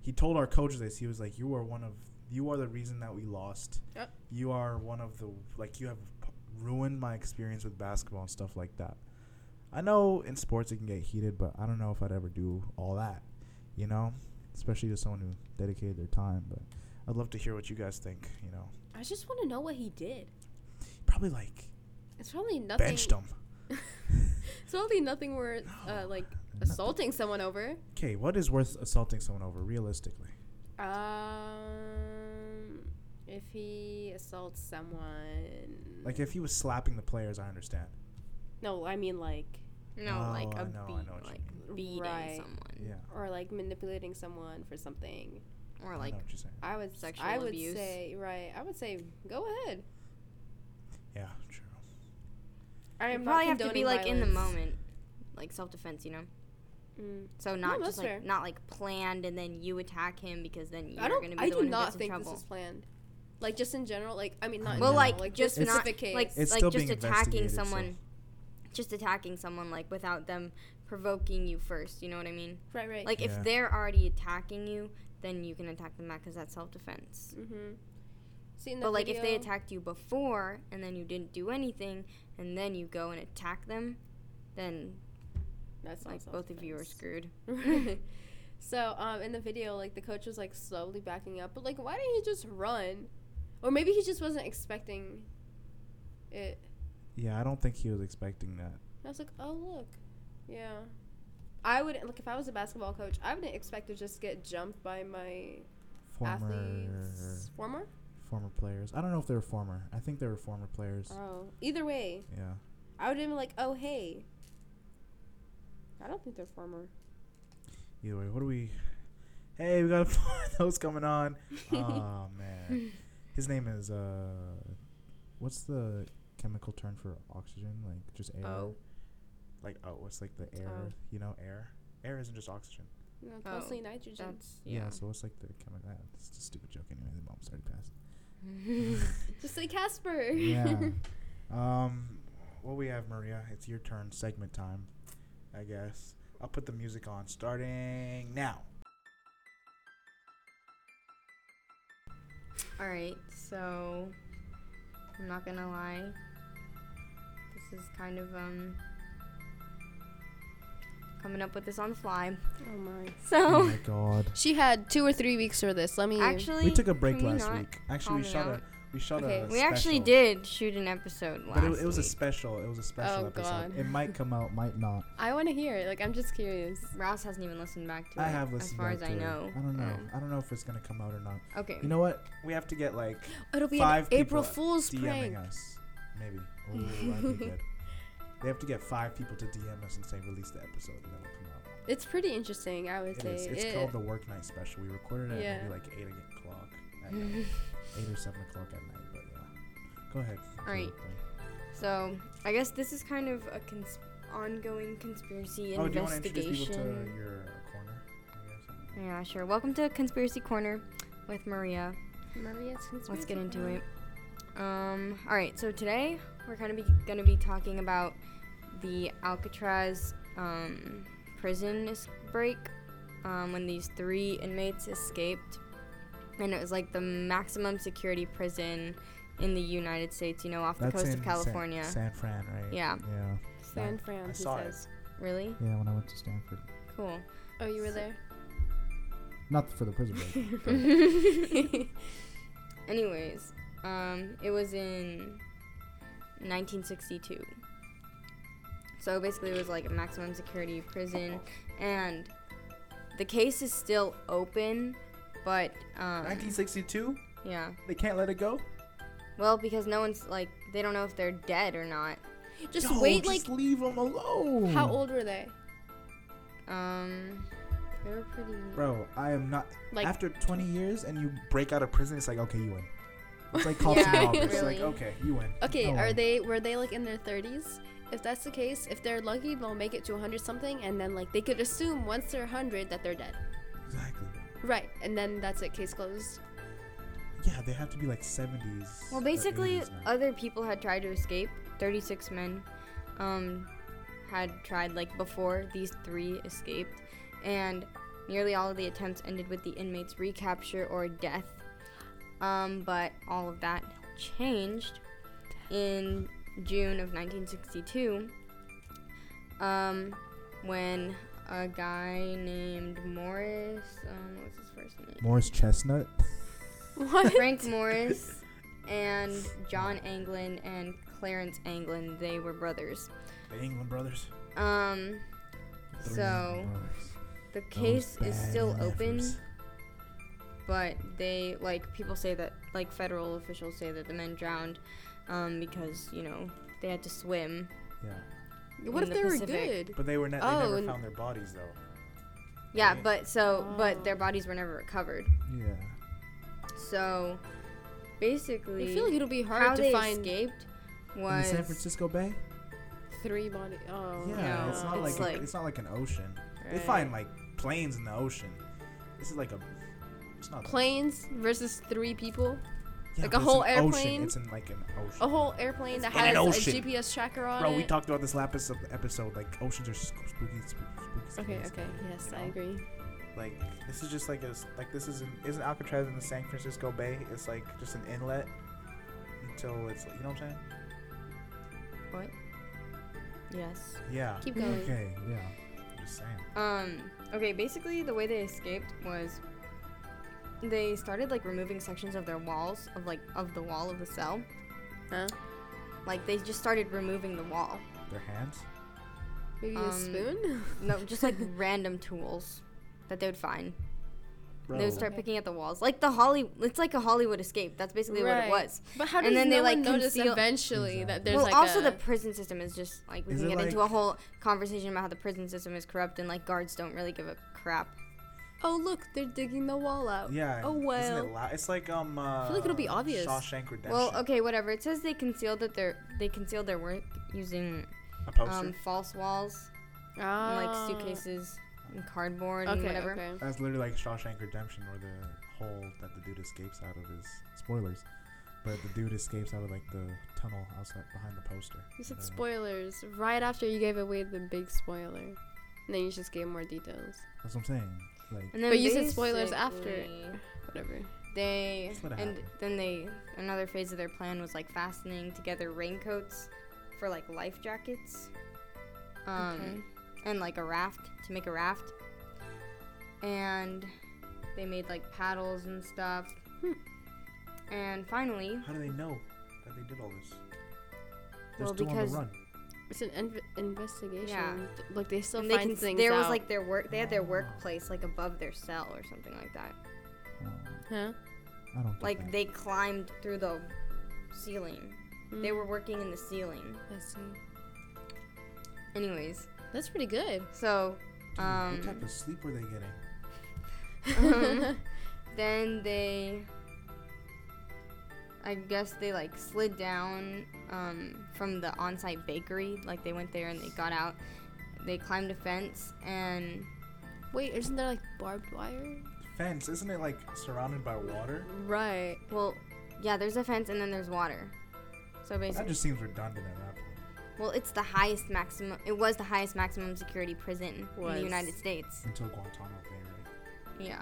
Speaker 5: he told our coach this. He was like, "You are one of you are the reason that we lost.
Speaker 3: Yep.
Speaker 5: You are one of the like you have p- ruined my experience with basketball and stuff like that." I know in sports it can get heated, but I don't know if I'd ever do all that, you know, especially to someone who dedicated their time. But I'd love to hear what you guys think. You know,
Speaker 3: I just want to know what he did.
Speaker 5: probably like
Speaker 3: It's probably nothing.
Speaker 5: benched them.
Speaker 3: It's probably nothing worth uh, like assaulting someone over.
Speaker 5: Okay, what is worth assaulting someone over realistically?
Speaker 3: Um, if he assaults someone,
Speaker 5: Like if he was slapping the players, I understand.
Speaker 3: no, I mean like,
Speaker 4: No,
Speaker 5: Oh,
Speaker 4: like
Speaker 5: I
Speaker 4: a
Speaker 5: know, I know
Speaker 4: beat,
Speaker 5: what you
Speaker 4: like
Speaker 3: mean.
Speaker 4: beating
Speaker 3: Right.
Speaker 4: someone,
Speaker 5: Yeah,
Speaker 3: or like manipulating someone for something.
Speaker 4: or
Speaker 5: I
Speaker 4: like
Speaker 5: know what you're saying.
Speaker 3: I would, s-
Speaker 4: Sexual
Speaker 3: I would
Speaker 4: abuse.
Speaker 3: say, right? I would say, go ahead.
Speaker 5: Yeah, true.
Speaker 3: I
Speaker 4: you
Speaker 3: am
Speaker 4: probably
Speaker 3: not
Speaker 4: have to be
Speaker 3: condoning
Speaker 4: like in the
Speaker 3: violence.
Speaker 4: moment, like self defense, you know.
Speaker 3: Mm.
Speaker 4: So not
Speaker 3: that's
Speaker 4: just like
Speaker 3: fair.
Speaker 4: not like planned, and then you attack him because then you're
Speaker 3: I don't.
Speaker 4: gonna be
Speaker 3: I
Speaker 4: the
Speaker 3: do
Speaker 4: one who
Speaker 3: not
Speaker 4: gets in
Speaker 3: think
Speaker 4: trouble.
Speaker 3: this is planned. Like just in general, like I mean, not in
Speaker 4: well,
Speaker 3: general,
Speaker 4: like, just
Speaker 3: just
Speaker 4: not
Speaker 3: specific case.
Speaker 4: like
Speaker 5: It's
Speaker 4: like
Speaker 5: still
Speaker 4: just
Speaker 5: being
Speaker 4: attacking
Speaker 5: investigated, so-
Speaker 4: someone, just attacking someone like without them provoking you first. You know what I mean?
Speaker 3: right, right.
Speaker 4: Like
Speaker 5: Yeah.
Speaker 4: if they're already attacking you, then you can attack them back because that's self defense.
Speaker 3: mm-hmm. Seen that
Speaker 4: But like if they
Speaker 3: video?
Speaker 4: attacked you before and then you didn't do anything and then you go and attack them, then
Speaker 3: that's not
Speaker 4: like both of you are
Speaker 3: self-defense.
Speaker 4: screwed.
Speaker 3: so um, in the video, like the coach was like slowly backing up, but like why didn't he just run? Or maybe he just wasn't expecting it.
Speaker 5: Yeah, I don't think he was expecting that.
Speaker 3: I was like, oh look, yeah. I wouldn't like if I was a basketball coach. I wouldn't expect to just get jumped by my
Speaker 5: Former
Speaker 3: athletes. Former?
Speaker 5: former players. I don't know if they were former. I think they were former players.
Speaker 4: Uh,
Speaker 3: Oh, either way,
Speaker 5: yeah.
Speaker 3: I would have been like, oh hey. I don't think they're former.
Speaker 5: Either way, what do we? Hey, we got a those coming on. oh man, his name is uh, what's the chemical term for oxygen? Like just air.
Speaker 4: Oh.
Speaker 5: Like oh, what's like the air?
Speaker 3: Oh.
Speaker 5: You know, air. Air isn't just oxygen.
Speaker 3: No, it's
Speaker 4: Oh,
Speaker 3: mostly nitrogen.
Speaker 4: That's
Speaker 5: Yeah.
Speaker 4: yeah.
Speaker 5: so what's like the chemical? It's a stupid joke anyway. The mom's already passed.
Speaker 3: Just say Casper.
Speaker 5: yeah. Um, what we have, Maria? It's your turn. Segment time, I guess. I'll put the music on starting now.
Speaker 4: All right, so I'm not gonna lie. This is kind of um coming up with this on the fly.
Speaker 3: oh my.
Speaker 5: Oh
Speaker 4: So
Speaker 5: my god.
Speaker 3: She had two or three weeks for this. Let me
Speaker 4: actually,
Speaker 5: We took a break
Speaker 4: can we
Speaker 5: last
Speaker 4: not-
Speaker 5: week. Actually, we
Speaker 4: call me
Speaker 5: shot a
Speaker 4: out?
Speaker 5: we shot
Speaker 3: Okay.
Speaker 5: a.
Speaker 4: We actually
Speaker 5: special.
Speaker 4: did shoot an episode last
Speaker 5: But it, it was a
Speaker 4: week.
Speaker 5: special. It was a special
Speaker 3: Oh,
Speaker 5: episode.
Speaker 3: God.
Speaker 5: It might come out, might not.
Speaker 3: I want to hear it. Like, I'm just curious.
Speaker 4: Rouse hasn't even listened back to it.
Speaker 5: I have listened.
Speaker 4: as far as
Speaker 5: back
Speaker 4: I
Speaker 5: to it.
Speaker 4: know.
Speaker 5: I don't know.
Speaker 4: Um,
Speaker 5: I don't know if it's gonna come out or not.
Speaker 4: okay.
Speaker 5: You know what? We have to get like
Speaker 3: It'll be
Speaker 5: five
Speaker 3: an April
Speaker 5: people
Speaker 3: Fool's
Speaker 5: DMing
Speaker 3: prank.
Speaker 5: us, maybe. Ooh, that'd be good. They have to get five people to DM us and say release the episode, and that'll come out.
Speaker 3: It's pretty interesting, I would
Speaker 5: It
Speaker 3: say.
Speaker 5: is. It's
Speaker 3: It-
Speaker 5: called the work night special. We recorded it at
Speaker 3: Yeah.
Speaker 5: maybe like eight o'clock at night, eight or seven o'clock at night. But yeah, go ahead. All
Speaker 4: right. so I guess this is kind of a cons- ongoing conspiracy
Speaker 5: Oh, do you want to introduce people
Speaker 4: investigation.
Speaker 5: to your uh, corner? I guess?
Speaker 4: yeah, sure. Welcome to Conspiracy Corner with Maria.
Speaker 3: Maria's
Speaker 4: Let's
Speaker 3: conspiracy
Speaker 4: get into
Speaker 3: theory.
Speaker 4: it. Um, all right. So today we're kind of be, gonna be talking about the Alcatraz um, prison es- break um, when these three inmates escaped, and it was like the maximum security prison in the United States. You know, off the
Speaker 5: That's
Speaker 4: coast
Speaker 5: in
Speaker 4: of California.
Speaker 5: San, San Fran, right?
Speaker 4: Yeah.
Speaker 5: Yeah.
Speaker 3: San Fran,
Speaker 5: I
Speaker 3: he
Speaker 5: saw it.
Speaker 3: says.
Speaker 4: Really?
Speaker 5: Yeah, when I went to Stanford.
Speaker 4: Cool.
Speaker 3: Oh, you were there?
Speaker 5: Not for the prison break.
Speaker 4: Anyways, um, it was in 1962. So basically, it was like a maximum security prison, and The case is still open, but um,
Speaker 2: 1962.
Speaker 4: yeah.
Speaker 2: They can't let it go.
Speaker 4: Well, because no one's like they don't know if they're dead or not.
Speaker 3: Just
Speaker 2: Yo,
Speaker 3: wait,
Speaker 2: just
Speaker 3: like,
Speaker 2: leave them alone.
Speaker 3: how old were they?
Speaker 4: Um, they were pretty.
Speaker 5: Bro, I am not.
Speaker 3: Like-
Speaker 5: after 20 years and you break out of prison, it's like, okay, you win. It's like cops
Speaker 4: Yeah,
Speaker 5: and robbers. It's like,
Speaker 4: really.
Speaker 5: okay, you win.
Speaker 3: Okay,
Speaker 5: No
Speaker 3: are
Speaker 5: one.
Speaker 3: they were they like in their 30s? If that's the case, if they're lucky, they'll make it to 100 something, and then like they could assume once they're 100 that they're dead.
Speaker 5: Exactly. bro.
Speaker 3: Right, and then that's it. Case closed.
Speaker 5: Yeah, they have to be like 70s.
Speaker 4: Well,
Speaker 5: or
Speaker 4: basically, uh
Speaker 5: 80s now.
Speaker 4: other people had tried to escape. Thirty-six men, um, had tried like before these three escaped, and nearly all of the attempts ended with the inmates' recapture or death. Um, but all of that changed in June of 1962, um, when a guy named Morris, um, what was his first name?
Speaker 5: Morris Chestnut.
Speaker 3: What?
Speaker 4: Frank Morris and John Anglin and Clarence Anglin, they were brothers.
Speaker 5: The England brothers.
Speaker 4: Um,
Speaker 5: The
Speaker 4: So,
Speaker 5: England brothers.
Speaker 4: the
Speaker 5: Those
Speaker 4: case is
Speaker 5: bad
Speaker 4: still open,
Speaker 5: heifers.
Speaker 4: but they, like, people say that, like, federal officials say that the men drowned um, because, you know, they had to swim.
Speaker 5: Yeah.
Speaker 3: what
Speaker 4: in
Speaker 3: if
Speaker 4: the
Speaker 3: they were
Speaker 4: Pacific.
Speaker 3: good?
Speaker 5: But they were ne-
Speaker 3: Oh,
Speaker 5: they
Speaker 3: and-
Speaker 5: never found their bodies though.
Speaker 4: Yeah,
Speaker 5: Right.
Speaker 4: but so, but their
Speaker 3: Oh.
Speaker 4: bodies were never recovered.
Speaker 5: Yeah.
Speaker 4: So,
Speaker 3: I
Speaker 4: basically,
Speaker 3: feel like it'll be
Speaker 4: how
Speaker 3: hard to
Speaker 4: they
Speaker 3: find
Speaker 4: escaped
Speaker 5: In the
Speaker 4: was
Speaker 5: San Francisco Bay?
Speaker 3: three body. Oh,
Speaker 5: Yeah,
Speaker 4: no.
Speaker 5: it's not
Speaker 4: It's
Speaker 5: like,
Speaker 4: like-
Speaker 5: a, it's not like an ocean. They
Speaker 4: Right.
Speaker 5: find like planes in the ocean. This is like a it's not
Speaker 3: planes versus three people.
Speaker 5: yeah,
Speaker 3: like
Speaker 5: but
Speaker 3: a
Speaker 5: it's
Speaker 3: whole
Speaker 5: an ocean.
Speaker 3: airplane?
Speaker 5: It's in like an ocean.
Speaker 3: A whole airplane that
Speaker 5: In an
Speaker 3: has a
Speaker 5: ocean.
Speaker 3: GPS tracker on
Speaker 5: Bro,
Speaker 3: it.
Speaker 5: we talked about this last epi- episode. Like oceans are sp- spooky, spooky, spooky.
Speaker 3: okay,
Speaker 5: spooky.
Speaker 3: okay, yes, I agree.
Speaker 5: Like this is just like a s- like this isn't isn't Alcatraz in the San Francisco Bay? It's like just an inlet until it's you know what I'm saying?
Speaker 4: What? Yes.
Speaker 5: Yeah.
Speaker 3: Keep going.
Speaker 5: Okay. Yeah. I'm just saying.
Speaker 4: Um, okay, basically the way they escaped was they started like removing sections of their walls of like of the wall of the cell.
Speaker 3: Huh?
Speaker 4: Like they just started removing the wall.
Speaker 5: Their hands.
Speaker 3: Maybe a
Speaker 4: Um,
Speaker 3: spoon?
Speaker 4: No, just like random tools that they would find. They would start
Speaker 3: Okay.
Speaker 4: picking at the walls. Like the Holly it's like a Hollywood escape. That's basically what
Speaker 3: Right.
Speaker 4: it was.
Speaker 3: But how
Speaker 4: And
Speaker 3: does
Speaker 4: then
Speaker 3: no
Speaker 4: they,
Speaker 3: one
Speaker 4: like,
Speaker 3: notice
Speaker 4: conceal-
Speaker 3: eventually that there's
Speaker 4: well,
Speaker 3: like
Speaker 4: also
Speaker 3: a,
Speaker 4: the prison system is just like we
Speaker 5: Is
Speaker 4: can
Speaker 5: it
Speaker 4: get into
Speaker 5: like-
Speaker 4: a whole conversation about how the prison system is corrupt and like guards don't really give a crap.
Speaker 3: oh look, they're digging the wall out.
Speaker 5: Yeah.
Speaker 3: Oh well.
Speaker 5: Isn't it loud? It's like um. Uh,
Speaker 3: feel like it'll be obvious.
Speaker 5: Shawshank Redemption.
Speaker 4: Well, okay, whatever. It says they concealed that their they concealed their work using
Speaker 5: A poster.
Speaker 4: um, false walls, and,
Speaker 3: Ah.
Speaker 4: like suitcases and cardboard
Speaker 3: Okay.
Speaker 4: and whatever.
Speaker 3: Okay.
Speaker 5: That's literally like Shawshank Redemption, where the hole that the dude escapes out of is spoilers, but the dude escapes out of like the tunnel outside behind the poster.
Speaker 3: You said
Speaker 5: Uh,
Speaker 3: spoilers right after you gave away the big spoiler. And then you just gave more details.
Speaker 5: That's what I'm saying. Like
Speaker 4: And then
Speaker 3: But you said spoilers after it.
Speaker 4: basically
Speaker 3: Whatever.
Speaker 4: They
Speaker 5: That's what
Speaker 4: and
Speaker 5: happened.
Speaker 4: then they another phase of their plan was like fastening together raincoats for like life jackets, um,
Speaker 3: Okay.
Speaker 4: and like a raft to make a raft. And they made like paddles and stuff.
Speaker 3: Hmm.
Speaker 4: And finally,
Speaker 5: how do they know that they did all this? They're
Speaker 4: Well,
Speaker 5: still
Speaker 4: because-
Speaker 5: on
Speaker 3: It's an inv- investigation.
Speaker 4: Yeah.
Speaker 3: Th- Like they still
Speaker 4: And
Speaker 3: find
Speaker 4: can-
Speaker 3: things
Speaker 4: there
Speaker 3: out.
Speaker 4: was like their work. They had their
Speaker 5: Oh.
Speaker 4: workplace like above their cell or something like that.
Speaker 5: the run.
Speaker 3: huh?
Speaker 5: Oh, I don't. get
Speaker 4: Like
Speaker 5: that.
Speaker 4: they climbed through the ceiling. They
Speaker 3: Mm.
Speaker 4: were working in the ceiling.
Speaker 3: I see.
Speaker 4: Anyways,
Speaker 3: That's pretty good.
Speaker 4: so
Speaker 5: Dude,
Speaker 4: um,
Speaker 5: what type of sleep were they getting? Mm-hmm.
Speaker 4: then they, I guess they like slid down um, from the on-site bakery. Like they went there and they got out. They climbed a fence and
Speaker 3: Wait, isn't there like barbed wire?
Speaker 5: Fence, isn't it like surrounded by water?
Speaker 3: Right.
Speaker 4: well, yeah, there's a fence and then there's water. So basically,
Speaker 5: That just seems redundant at that point.
Speaker 4: Well, it's the highest maximum. It was the highest maximum security prison in
Speaker 3: Was.
Speaker 4: the United States.
Speaker 5: Until Guantanamo Bay, right?
Speaker 4: Yeah.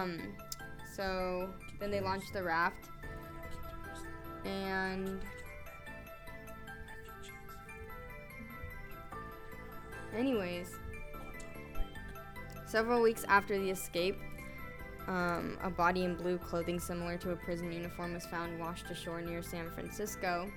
Speaker 4: Um. So then they launched the raft, and anyways, several weeks after the escape, um, a body in blue clothing similar to a prison uniform was found washed ashore near San Francisco,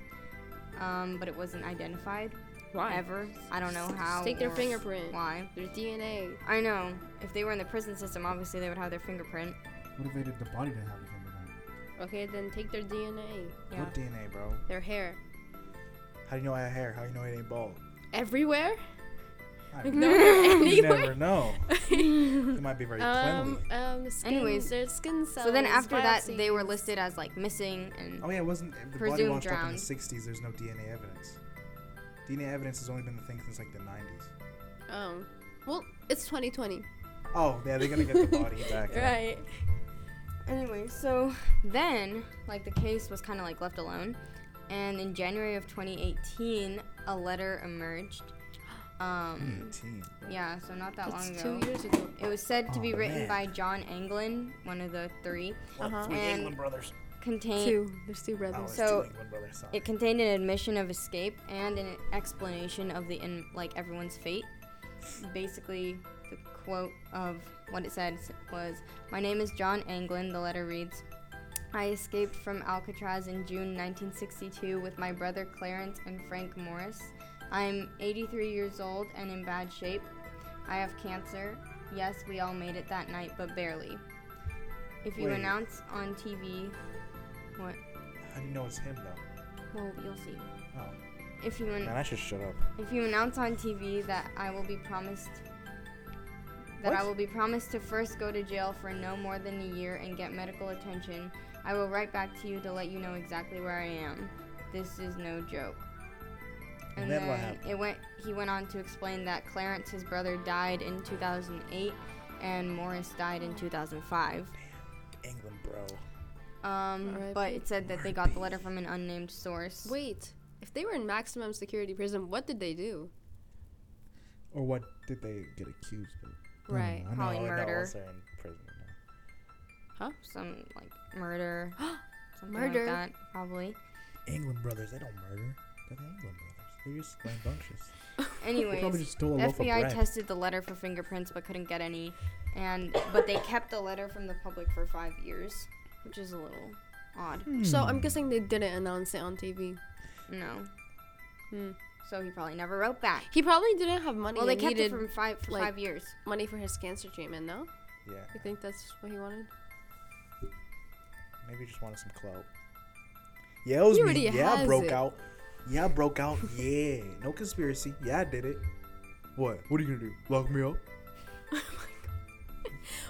Speaker 4: um, but it wasn't identified.
Speaker 3: Why?
Speaker 4: ever. I don't know how.
Speaker 3: Just take their
Speaker 4: or
Speaker 3: fingerprint.
Speaker 4: Why?
Speaker 3: Their DNA.
Speaker 4: I know. If they were in the prison system, obviously they would have their fingerprint.
Speaker 5: What if they did, the body didn't have a fingerprint?
Speaker 3: Okay, then take their DNA.
Speaker 4: Yeah.
Speaker 5: What DNA, bro?
Speaker 3: Their hair.
Speaker 5: How do you know I have hair? How do you know it ain't bald?
Speaker 3: Everywhere?
Speaker 5: I
Speaker 3: No hair
Speaker 5: you
Speaker 3: anywhere?
Speaker 5: never know. It might be very
Speaker 3: um,
Speaker 5: cleanly.
Speaker 3: um, skin,
Speaker 4: Anyways,
Speaker 3: their skin cells.
Speaker 4: So then after that, they were
Speaker 3: biopsies.
Speaker 4: listed as like missing and
Speaker 5: Oh yeah, it wasn't if the body
Speaker 4: presumed
Speaker 5: washed up in
Speaker 4: drowned.
Speaker 5: the '60s. There's no DNA evidence. DNA evidence has only been the thing since like the '90s.
Speaker 3: Um, well, it's 2020.
Speaker 5: Oh yeah, they're gonna get the body back.
Speaker 3: Right.
Speaker 4: Anyway, so then, like, the case was kind of like left alone. And in January of 2018, a letter emerged. Um,
Speaker 5: 18.
Speaker 4: yeah, so not that long
Speaker 3: That's
Speaker 4: ago.
Speaker 3: two years ago.
Speaker 4: It was said to be
Speaker 5: Hmm. Aw,
Speaker 4: written
Speaker 5: man.
Speaker 4: by John Anglin, one of the three.
Speaker 3: Uh-huh.
Speaker 4: Three And- England
Speaker 5: brothers. Oh,
Speaker 4: Contained.
Speaker 3: Two. There's two brothers.
Speaker 4: it's So- two
Speaker 5: England brothers. Sorry.
Speaker 4: It contained an admission of escape and an explanation of the in, like everyone's fate. Basically, the quote of what it said was, "My name is John Anglin." The letter reads, "I escaped from Alcatraz in June 1962 with my brother Clarence and Frank Morris. I am 83 years old and in bad shape. I have cancer. Yes, we all made it that night, but barely. If you
Speaker 5: Wait.
Speaker 4: announce on TV, what?
Speaker 5: How do you know it's him though?
Speaker 4: Well, you'll see."
Speaker 5: Oh,
Speaker 4: If you an-
Speaker 5: man, I should shut up.
Speaker 4: if you announce on TV that I will be promised that I
Speaker 5: What?
Speaker 4: will be promised to first go to jail for no more than a year and get medical attention, I will write back to you to let you know exactly where I am. This is no joke.
Speaker 5: And
Speaker 4: And
Speaker 5: then
Speaker 4: then,
Speaker 5: what happened?
Speaker 4: it went he went on to explain that Clarence his brother died in 2008 and Morris died in 2005.
Speaker 5: England, bro.
Speaker 4: Um,
Speaker 3: R.I.P.
Speaker 4: but it said that they got the letter from an unnamed source.
Speaker 3: Wait, if they were in maximum security prison, what did they do?
Speaker 5: Or what did they get accused of?
Speaker 3: Right.
Speaker 5: I know,
Speaker 4: Probably
Speaker 5: I know,
Speaker 4: murder.
Speaker 5: also in prison. no.
Speaker 4: some like murder, something
Speaker 3: Murder.
Speaker 4: like that, probably.
Speaker 5: England brothers. They don't murder. They're the England brothers. They're just rambunctious. They probably
Speaker 4: Anyways,
Speaker 5: just stole a
Speaker 4: the
Speaker 5: loaf of bread.
Speaker 4: FBI tested the letter for fingerprints but couldn't get any, and but they kept the letter from the public for five years, which is a little odd.
Speaker 5: Hmm.
Speaker 3: So I'm guessing they didn't announce it on TV.
Speaker 4: No,
Speaker 3: Hmm.
Speaker 4: so he probably never wrote back.
Speaker 3: He probably didn't have money.
Speaker 4: Well, they
Speaker 3: and
Speaker 4: kept it
Speaker 3: needed
Speaker 4: from five for
Speaker 3: like-
Speaker 4: five years.
Speaker 3: money for his cancer treatment. No,
Speaker 5: Yeah.
Speaker 3: you think that's what he wanted?
Speaker 5: Maybe he just wanted some clout. Yeah, it was
Speaker 3: He
Speaker 5: me.
Speaker 3: already
Speaker 5: Yeah, I
Speaker 3: has
Speaker 5: broke
Speaker 3: it.
Speaker 5: out. Yeah, I broke out. Yeah. No conspiracy. Yeah, I did it. What? What are you gonna do? Lock me up?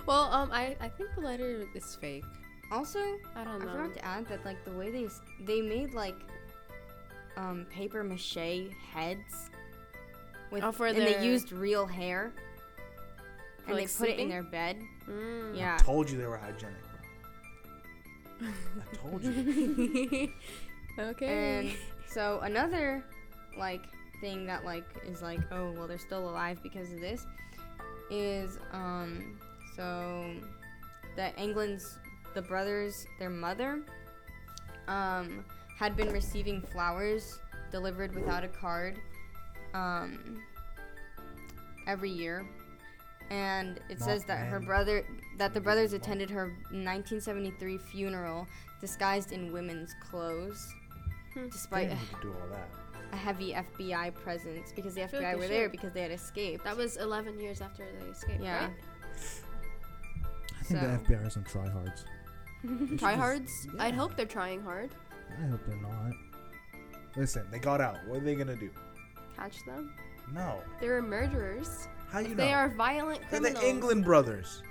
Speaker 3: Well, um, I I think the letter is fake.
Speaker 4: Also,
Speaker 3: I
Speaker 4: I
Speaker 3: don't know.
Speaker 4: forgot to add that like the way they s- they made like um paper mache heads with
Speaker 3: Oh, for
Speaker 4: and
Speaker 3: their-
Speaker 4: they used real hair.
Speaker 3: For,
Speaker 4: And
Speaker 3: like,
Speaker 4: they put it in
Speaker 3: sleeping?
Speaker 4: their bed.
Speaker 3: Mm.
Speaker 4: Yeah.
Speaker 5: Told you they were hygienic. Bro. I told you.
Speaker 3: okay.
Speaker 4: And so another like thing that like is like, oh well they're still alive because of this is um so the England's the brothers, their mother, um, had been receiving flowers delivered without a card um every year. And it
Speaker 5: Not
Speaker 4: says that her
Speaker 5: men.
Speaker 4: brother that the brothers
Speaker 5: Not-
Speaker 4: attended her 1973 funeral disguised in women's clothes despite
Speaker 5: Damn, you could do all that.
Speaker 4: a heavy FBI presence because the
Speaker 3: feel
Speaker 4: FBI
Speaker 3: like they
Speaker 4: were there
Speaker 3: should.
Speaker 4: because they had escaped.
Speaker 3: that was 11 years after they escaped.
Speaker 4: yeah.
Speaker 3: Right?
Speaker 5: I
Speaker 4: think the So-
Speaker 5: FBI are some tryhards.
Speaker 3: Tryhards. i I
Speaker 5: yeah.
Speaker 3: hope they're trying hard.
Speaker 5: I hope they're not. Listen, they got out. What are they gonna do?
Speaker 3: Catch them.
Speaker 5: No.
Speaker 3: They were murderers.
Speaker 5: How you
Speaker 3: If
Speaker 5: know?
Speaker 3: they are violent
Speaker 5: They're
Speaker 3: criminals.
Speaker 5: the England brothers.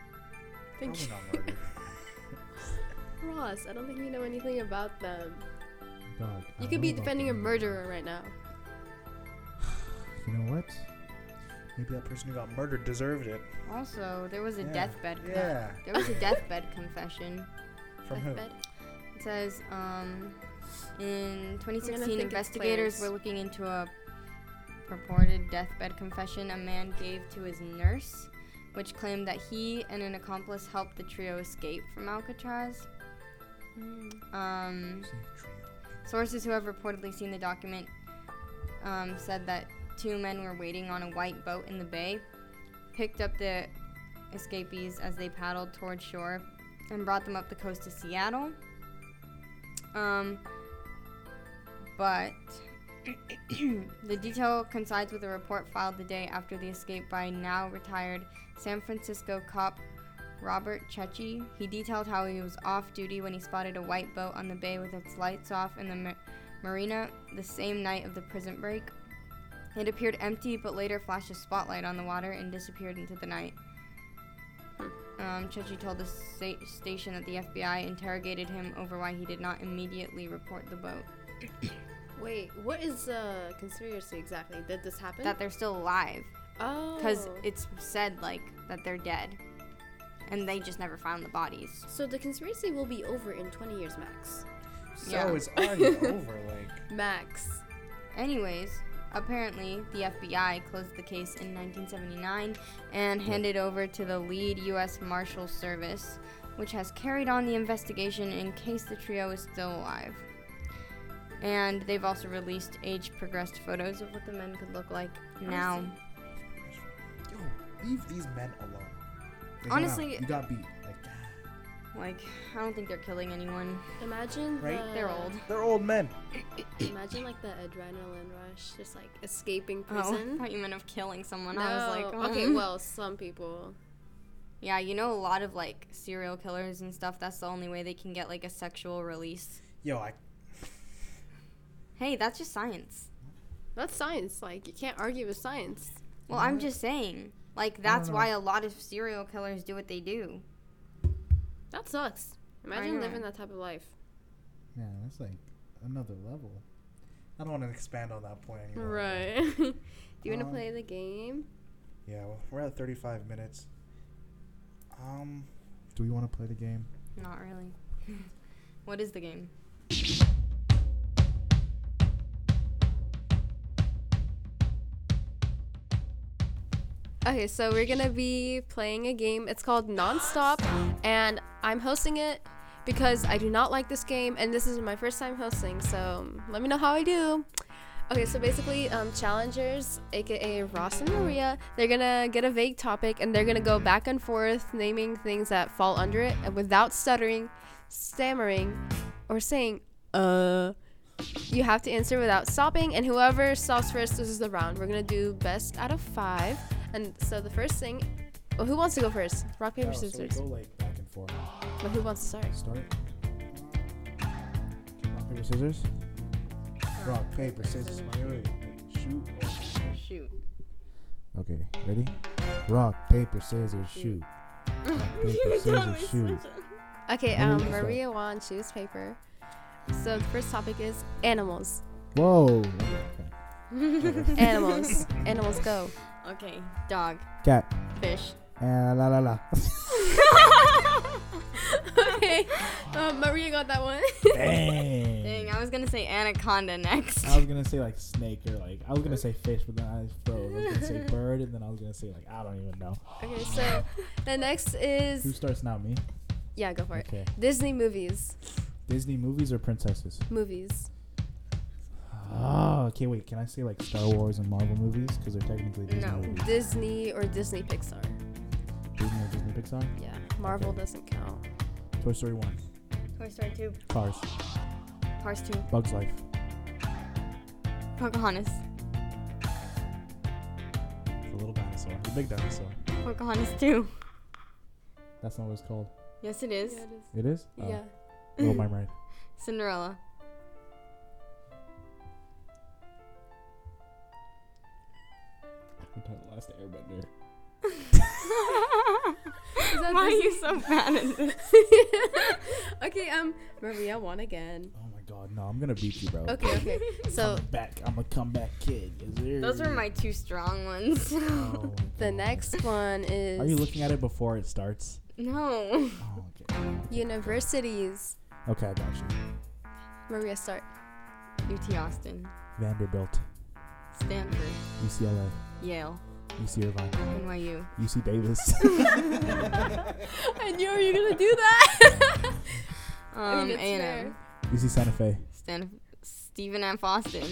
Speaker 3: Thank
Speaker 5: Probably
Speaker 3: you.
Speaker 5: not murder.
Speaker 3: Ross, I don't think you know anything about them.
Speaker 5: Dog, I
Speaker 3: You could be
Speaker 5: know about
Speaker 3: defending a
Speaker 5: them.
Speaker 3: murderer right now.
Speaker 5: You know what? Maybe that person who got murdered deserved it.
Speaker 4: Also, there was a
Speaker 5: Yeah.
Speaker 4: deathbed. con-
Speaker 5: Yeah.
Speaker 4: There was a deathbed confession.
Speaker 5: From who?
Speaker 3: Deathbed.
Speaker 4: It says, um, in
Speaker 3: think
Speaker 4: 2016,
Speaker 3: it's
Speaker 4: investigators
Speaker 3: Claire's.
Speaker 4: were looking into a purported deathbed confession a man gave to his nurse, which claimed that he and an accomplice helped the trio escape from Alcatraz.
Speaker 3: Mm.
Speaker 4: Um, Sources who have reportedly seen the document um, said that two men were waiting on a white boat in the bay, picked up the escapees as they paddled toward shore, and brought them up the coast to Seattle. Um, but the detail coincides with a report filed the day after the escape by now retired San Francisco cop Robert Chechi. He detailed how he was off duty when he spotted a white boat on the bay with its lights off in the ma- marina the same night of the prison break. It appeared empty, but later flashed a spotlight on the water and disappeared into the night. Um, Chechi told the sta- station that the FBI interrogated him over why he did not immediately report the boat.
Speaker 3: Wait, what is the conspiracy exactly? Did this happen?
Speaker 4: That they're still alive.
Speaker 3: oh,
Speaker 4: because it's said like that they're dead and they just never found the bodies
Speaker 3: so the conspiracy will be over in 20 years max.
Speaker 1: So
Speaker 4: Yeah.
Speaker 1: it's already over. Like,
Speaker 3: Max.
Speaker 4: anyways apparently the fbi closed the case in 1979 and handed over to the lead u.s marshal service which has carried on the investigation in case the trio is still alive and they've also released age progressed photos of what the men could look like now
Speaker 5: Yo, leave these men alone. They went out.
Speaker 4: Honestly-
Speaker 5: you got beat. Like, damn.
Speaker 4: like i don't think they're killing anyone
Speaker 3: Imagine
Speaker 5: Right?
Speaker 3: the,
Speaker 4: they're old
Speaker 5: they're old men.
Speaker 3: Imagine like the adrenaline rush, just like escaping
Speaker 4: oh i
Speaker 3: prison.
Speaker 4: thought you meant of killing someone i was like
Speaker 3: No. okay,
Speaker 4: um.
Speaker 3: well, some people.
Speaker 4: Yeah, you know a lot of like serial killers and stuff. That's the only way they can get like a sexual release.
Speaker 5: Yo, I
Speaker 4: Hey, that's just science.
Speaker 3: That's science. Like you can't argue with science.
Speaker 4: Well, I'm just saying. Like that's
Speaker 5: know.
Speaker 4: why a lot of serial killers do what they do.
Speaker 3: That sucks. Imagine
Speaker 4: know.
Speaker 3: living that type of life.
Speaker 5: Yeah, that's like another level. I don't want to expand on that point anymore.
Speaker 3: Right. Do you want to
Speaker 5: Um,
Speaker 3: play the game?
Speaker 5: Yeah, well, we're at 35 minutes. Um, do we want to play the game?
Speaker 4: Not really. what is the game?
Speaker 3: Okay, so we're gonna be playing a game. It's called Nonstop, and I'm hosting it because I do not like this game, and this is my first time hosting. So let me know how I do. Okay, so basically, um, challengers, aka Ross and Maria, they're gonna get a vague topic, and they're gonna go back and forth naming things that fall under it, and without stuttering, stammering, or saying uh. You have to answer without stopping, and whoever stops first loses the round. We're gonna do best out of five, and so the first thing. Well, who wants to go first? Rock paper
Speaker 5: Oh, so we
Speaker 3: scissors.
Speaker 5: go like back and forth.
Speaker 3: But who wants to start?
Speaker 5: Start. Rock paper scissors. Rock paper scissors. Wait, wait, wait. Shoot.
Speaker 4: Shoot.
Speaker 5: Okay, ready? Rock paper scissors shoot. Rock paper scissors shoot.
Speaker 3: Okay,
Speaker 5: Who
Speaker 3: um,
Speaker 5: wants to start?
Speaker 3: Maria Juan, choose paper. So the first topic is animals.
Speaker 5: Whoa.
Speaker 3: Animals. animals go.
Speaker 4: Okay. Dog.
Speaker 5: Cat.
Speaker 4: Fish.
Speaker 6: Ah,
Speaker 5: Uh, la la la.
Speaker 3: okay, um, Maria got that one.
Speaker 5: Dang.
Speaker 4: Dang, I was gonna say anaconda next.
Speaker 6: I was gonna say like snake or like I was gonna say fish, but then I froze. I was gonna say bird, and then I was gonna say like I don't even know.
Speaker 3: okay, so the next
Speaker 6: Who
Speaker 3: is
Speaker 6: starts now? Me.
Speaker 3: yeah, go for it.
Speaker 6: Okay.
Speaker 3: Disney movies.
Speaker 6: Disney movies or princesses?
Speaker 3: Movies.
Speaker 6: Oh, okay. Wait, can I say like Star Wars and Marvel movies because they're technically Disney
Speaker 4: No.
Speaker 6: movies?
Speaker 3: Disney or Disney Pixar.
Speaker 6: Disney or Disney Pixar?
Speaker 3: Yeah, Marvel doesn't count.
Speaker 6: Toy Story One,
Speaker 4: Toy Story 2.
Speaker 6: Cars,
Speaker 4: Cars 2.
Speaker 6: Bugs Life,
Speaker 4: Pocahontas.
Speaker 6: The Little Dinosaur, The Big Dinosaur.
Speaker 4: Pocahontas 2.
Speaker 6: That's not what it's called.
Speaker 4: Yes, it is.
Speaker 6: It is. Oh,
Speaker 3: Yeah.
Speaker 6: Little Mermaid.
Speaker 4: Cinderella.
Speaker 6: Return of the Last Airbender.
Speaker 4: Why are you so bad at this?
Speaker 3: okay, um, Maria won again.
Speaker 6: Oh my God, no! I'm gonna beat you, bro.
Speaker 3: Okay, okay. So
Speaker 6: Come back. I'm a comeback kid. Yes, sir.
Speaker 4: Those were my two strong ones.
Speaker 6: Oh my
Speaker 3: the
Speaker 6: God.
Speaker 3: next one
Speaker 6: Are you
Speaker 3: is
Speaker 6: looking at it before it starts?
Speaker 4: no.
Speaker 6: Oh, okay.
Speaker 3: universities.
Speaker 6: Okay, I got you.
Speaker 3: Maria, start.
Speaker 4: UT Austin,
Speaker 6: Vanderbilt,
Speaker 4: Stanford,
Speaker 6: UCLA,
Speaker 4: Yale,
Speaker 6: UC Irvine,
Speaker 4: NYU.
Speaker 6: UC Davis.
Speaker 3: I knew you were gonna do that. I
Speaker 4: Um,
Speaker 3: mean, it's
Speaker 4: A&M,
Speaker 3: fair.
Speaker 6: UC Santa Fe,
Speaker 4: Stan- Stephen F. Austin,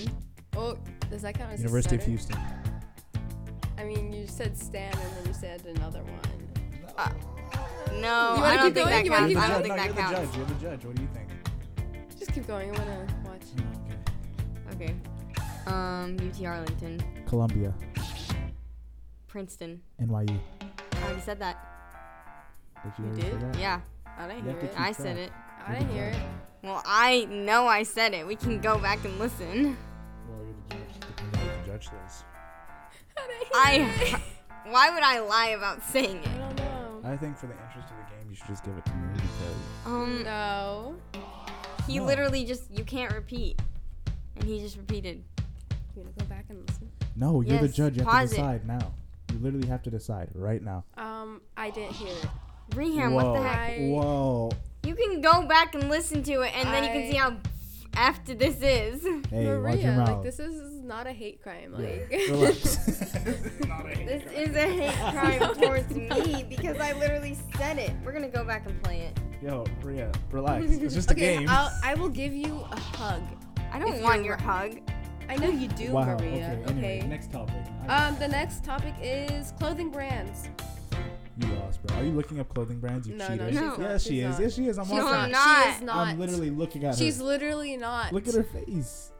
Speaker 3: Oh, does that count as
Speaker 6: University
Speaker 3: a
Speaker 6: of
Speaker 3: stutter?
Speaker 6: Houston.
Speaker 3: I mean, you said Stan and then you said another one.
Speaker 4: No,
Speaker 3: You wanna
Speaker 4: I don't
Speaker 3: keep going?
Speaker 4: think that
Speaker 3: You wanna
Speaker 4: counts.
Speaker 3: keep
Speaker 4: I don't
Speaker 5: no,
Speaker 4: think
Speaker 5: you're
Speaker 4: that
Speaker 5: the
Speaker 4: counts.
Speaker 5: judge. You're the judge. What do you think?
Speaker 3: Just keep going. I wanna watch.
Speaker 6: Okay.
Speaker 4: Okay. Um, UT Arlington,
Speaker 6: Columbia,
Speaker 4: Princeton.
Speaker 6: NYU.
Speaker 4: I already said that.
Speaker 6: Did you,
Speaker 4: You
Speaker 6: already
Speaker 4: did?
Speaker 6: say that?
Speaker 4: Yeah.
Speaker 3: Oh,
Speaker 4: I didn't
Speaker 6: You
Speaker 4: hear
Speaker 6: have to
Speaker 4: it.
Speaker 6: keep
Speaker 4: I said
Speaker 6: track.
Speaker 4: it.
Speaker 3: I didn't hear it.
Speaker 4: Well, I know I said it. We can go back and listen.
Speaker 6: Well, you're the judge.
Speaker 5: Depends on what the judge says.
Speaker 4: I. Why would I lie about saying
Speaker 3: I
Speaker 4: it?
Speaker 3: don't know.
Speaker 5: I think for the interest of the game, you should just give it to me because
Speaker 4: Um,
Speaker 3: No.
Speaker 4: he
Speaker 5: No.
Speaker 4: literally just you can't repeat, and he just repeated.
Speaker 3: You gonna go back and listen?
Speaker 6: No, you're the
Speaker 4: Yes,
Speaker 6: judge. You have
Speaker 4: pause
Speaker 6: to
Speaker 4: it.
Speaker 6: decide now. You literally have to decide right now.
Speaker 3: Um, I didn't hear it.
Speaker 4: Reham,
Speaker 6: Whoa.
Speaker 4: what the heck?
Speaker 3: I-
Speaker 6: Whoa.
Speaker 4: You can go back and listen to it, and then you can
Speaker 3: I-
Speaker 4: see how effed this is.
Speaker 6: Hey, watch your
Speaker 3: Maria,
Speaker 6: mouth.
Speaker 3: like this is, is not a hate crime. Like
Speaker 6: Relax.
Speaker 4: This is a hate crime towards me because I literally said it. We're gonna go back and play it.
Speaker 6: Yo, Maria, relax. It's just a
Speaker 3: okay,
Speaker 6: game.
Speaker 3: I'll, I will give you a hug.
Speaker 4: I
Speaker 3: If
Speaker 4: don't want your hug.
Speaker 3: I know you do,
Speaker 6: wow.
Speaker 3: Maria.
Speaker 6: Okay. Anyway, next topic. I-
Speaker 3: Um, the next topic is clothing brands.
Speaker 6: you lost, bro. Are you looking up clothing brands? You
Speaker 3: No, no,
Speaker 6: cheated.
Speaker 3: she's
Speaker 4: No.
Speaker 3: not.
Speaker 6: Yes, she
Speaker 3: she's
Speaker 6: is.
Speaker 3: Not.
Speaker 6: Yes, she is. I'm
Speaker 3: She's
Speaker 4: No,
Speaker 6: watching.
Speaker 3: not.
Speaker 4: I'm
Speaker 3: She is not.
Speaker 6: I'm literally looking at
Speaker 3: She's
Speaker 6: her.
Speaker 3: literally not.
Speaker 6: Look at her face.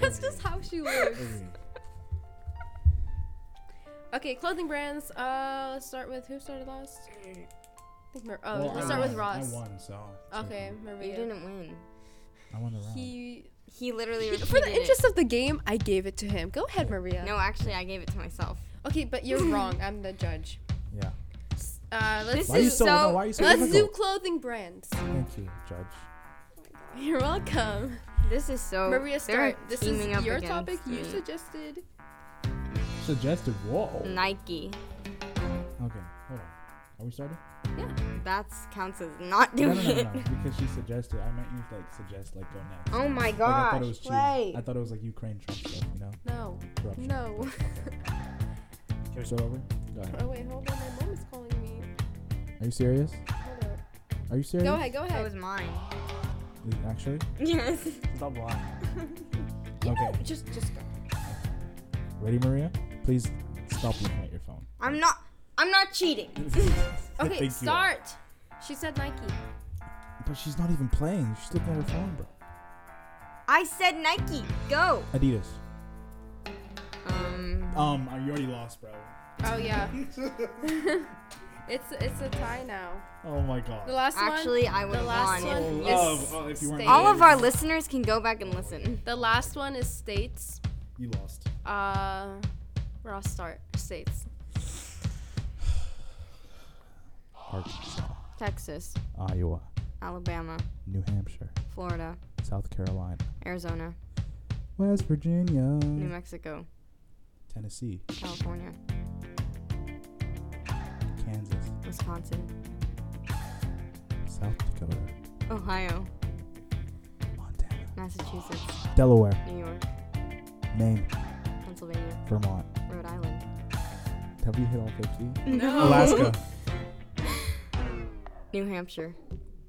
Speaker 3: That's just how she looks.
Speaker 6: Mm.
Speaker 3: Okay, clothing brands. Uh, let's start with who started last. I think Mar- oh,
Speaker 6: Well, I
Speaker 3: let's start with
Speaker 6: won.
Speaker 3: Ross.
Speaker 6: I won, so. it's
Speaker 3: Okay,
Speaker 4: You
Speaker 3: Maria.
Speaker 4: didn't win.
Speaker 6: I won the round.
Speaker 3: He,
Speaker 4: He literally
Speaker 3: he-
Speaker 4: repeated
Speaker 3: for the
Speaker 4: it.
Speaker 3: interest of the game, I gave it to him. Go ahead, Maria.
Speaker 4: No, actually, I gave it to myself.
Speaker 3: Okay, but you're wrong. I'm the judge.
Speaker 6: Yeah.
Speaker 3: S- Uh, let's
Speaker 4: This
Speaker 6: Why are
Speaker 3: do,
Speaker 6: you
Speaker 4: so-
Speaker 6: so? no, why are you so
Speaker 3: let's do
Speaker 6: difficult?
Speaker 3: clothing brands.
Speaker 6: Thank you, Judge.
Speaker 3: You're welcome.
Speaker 4: This is so.
Speaker 3: Maria,
Speaker 4: Oh, they're
Speaker 3: start. This is
Speaker 4: teaming up
Speaker 3: your
Speaker 4: against
Speaker 3: topic. You
Speaker 4: me.
Speaker 3: suggested.
Speaker 6: Suggested. Whoa.
Speaker 4: Nike.
Speaker 6: Okay, hold on. Are we starting?
Speaker 4: That's counts as not
Speaker 6: No,
Speaker 4: doing
Speaker 6: no, no, no,
Speaker 4: it.
Speaker 6: no. Because she suggested. I meant you like suggest like go next.
Speaker 4: Oh my
Speaker 6: Like, I
Speaker 4: gosh!
Speaker 6: thought it was
Speaker 4: play.
Speaker 6: cheating. I thought it was like Ukraine Trump stuff, you know?
Speaker 3: No.
Speaker 6: Corruption.
Speaker 3: No.
Speaker 6: Can we start over? Go ahead.
Speaker 3: Oh wait, hold on. My mom is calling me.
Speaker 4: Uh-huh.
Speaker 6: Are you serious?
Speaker 3: Hold up.
Speaker 6: Are you serious?
Speaker 3: Go ahead. Go
Speaker 4: that
Speaker 3: ahead.
Speaker 4: was mine.
Speaker 6: Is- Actually?
Speaker 4: Yes.
Speaker 5: stop lying.
Speaker 6: Okay.
Speaker 3: Just, just go.
Speaker 6: Ready, Maria? Please stop looking at your phone.
Speaker 4: I'm not. I'm not cheating.
Speaker 6: I think you
Speaker 3: Okay,
Speaker 6: are.
Speaker 3: start. She said Nike.
Speaker 6: But she's not even playing. She's looking at her phone, bro.
Speaker 4: I said Nike. Go.
Speaker 6: Adidas.
Speaker 4: Um.
Speaker 6: Um, you already lost, bro.
Speaker 3: Oh yeah. it's it's a tie now.
Speaker 6: Oh my
Speaker 3: The
Speaker 6: god.
Speaker 3: last
Speaker 4: Actually, I
Speaker 3: one.
Speaker 4: would
Speaker 3: The
Speaker 4: have
Speaker 3: last
Speaker 4: won.
Speaker 3: one
Speaker 6: love.
Speaker 3: is
Speaker 6: Oh, if you weren't
Speaker 3: states.
Speaker 4: All of our listeners can go back and listen.
Speaker 3: The last one is states.
Speaker 6: You lost.
Speaker 3: Uh, Ross start states.
Speaker 6: Arkansas,
Speaker 4: Texas,
Speaker 6: Iowa,
Speaker 4: Alabama,
Speaker 6: New Hampshire,
Speaker 4: Florida,
Speaker 6: South Carolina,
Speaker 4: Arizona,
Speaker 6: West Virginia,
Speaker 4: New
Speaker 3: Mm.
Speaker 4: Mexico,
Speaker 6: Tennessee,
Speaker 4: California,
Speaker 6: Kansas,
Speaker 4: Wisconsin,
Speaker 6: South Dakota,
Speaker 4: Ohio,
Speaker 6: Montana,
Speaker 4: Massachusetts,
Speaker 6: Delaware,
Speaker 4: New York,
Speaker 6: Maine,
Speaker 4: Pennsylvania,
Speaker 6: Vermont.
Speaker 4: Rhode Island.
Speaker 6: Have you hit all 50?
Speaker 4: No.
Speaker 6: Alaska.
Speaker 4: New Hampshire.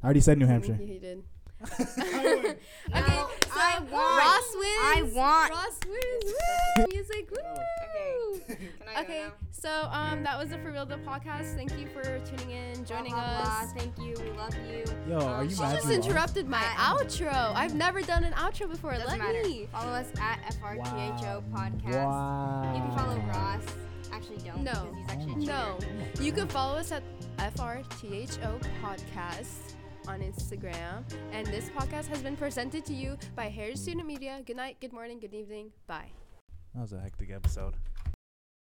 Speaker 6: I already said New
Speaker 3: I think
Speaker 6: Hampshire.
Speaker 3: he did.
Speaker 4: Okay, so I won.
Speaker 3: Ross wins.
Speaker 4: I want.
Speaker 3: Ross wins. Woo! Music.
Speaker 6: Oh.
Speaker 3: Woo!
Speaker 4: Okay. Can I
Speaker 3: Okay, so um, that was it for Real the podcast. Thank you for tuning in, joining us.
Speaker 4: Thank you. We love you.
Speaker 6: Yo, are you
Speaker 3: She
Speaker 6: mad?
Speaker 3: just
Speaker 6: you lost?
Speaker 3: interrupted my
Speaker 4: I-
Speaker 3: outro. I've never done an outro before.
Speaker 4: Doesn't
Speaker 3: Let
Speaker 4: matter.
Speaker 3: me.
Speaker 4: Follow us at FRTHO Podcast.
Speaker 6: Wow.
Speaker 4: You can follow Ross. Actually, don't
Speaker 3: No.
Speaker 4: because he's actually a cheater.
Speaker 3: No, you can follow us at FRTHO Podcast on Instagram. And this podcast has been presented to you by Heritage Student Media. Good night, good morning, good evening. Bye.
Speaker 5: That was a hectic episode.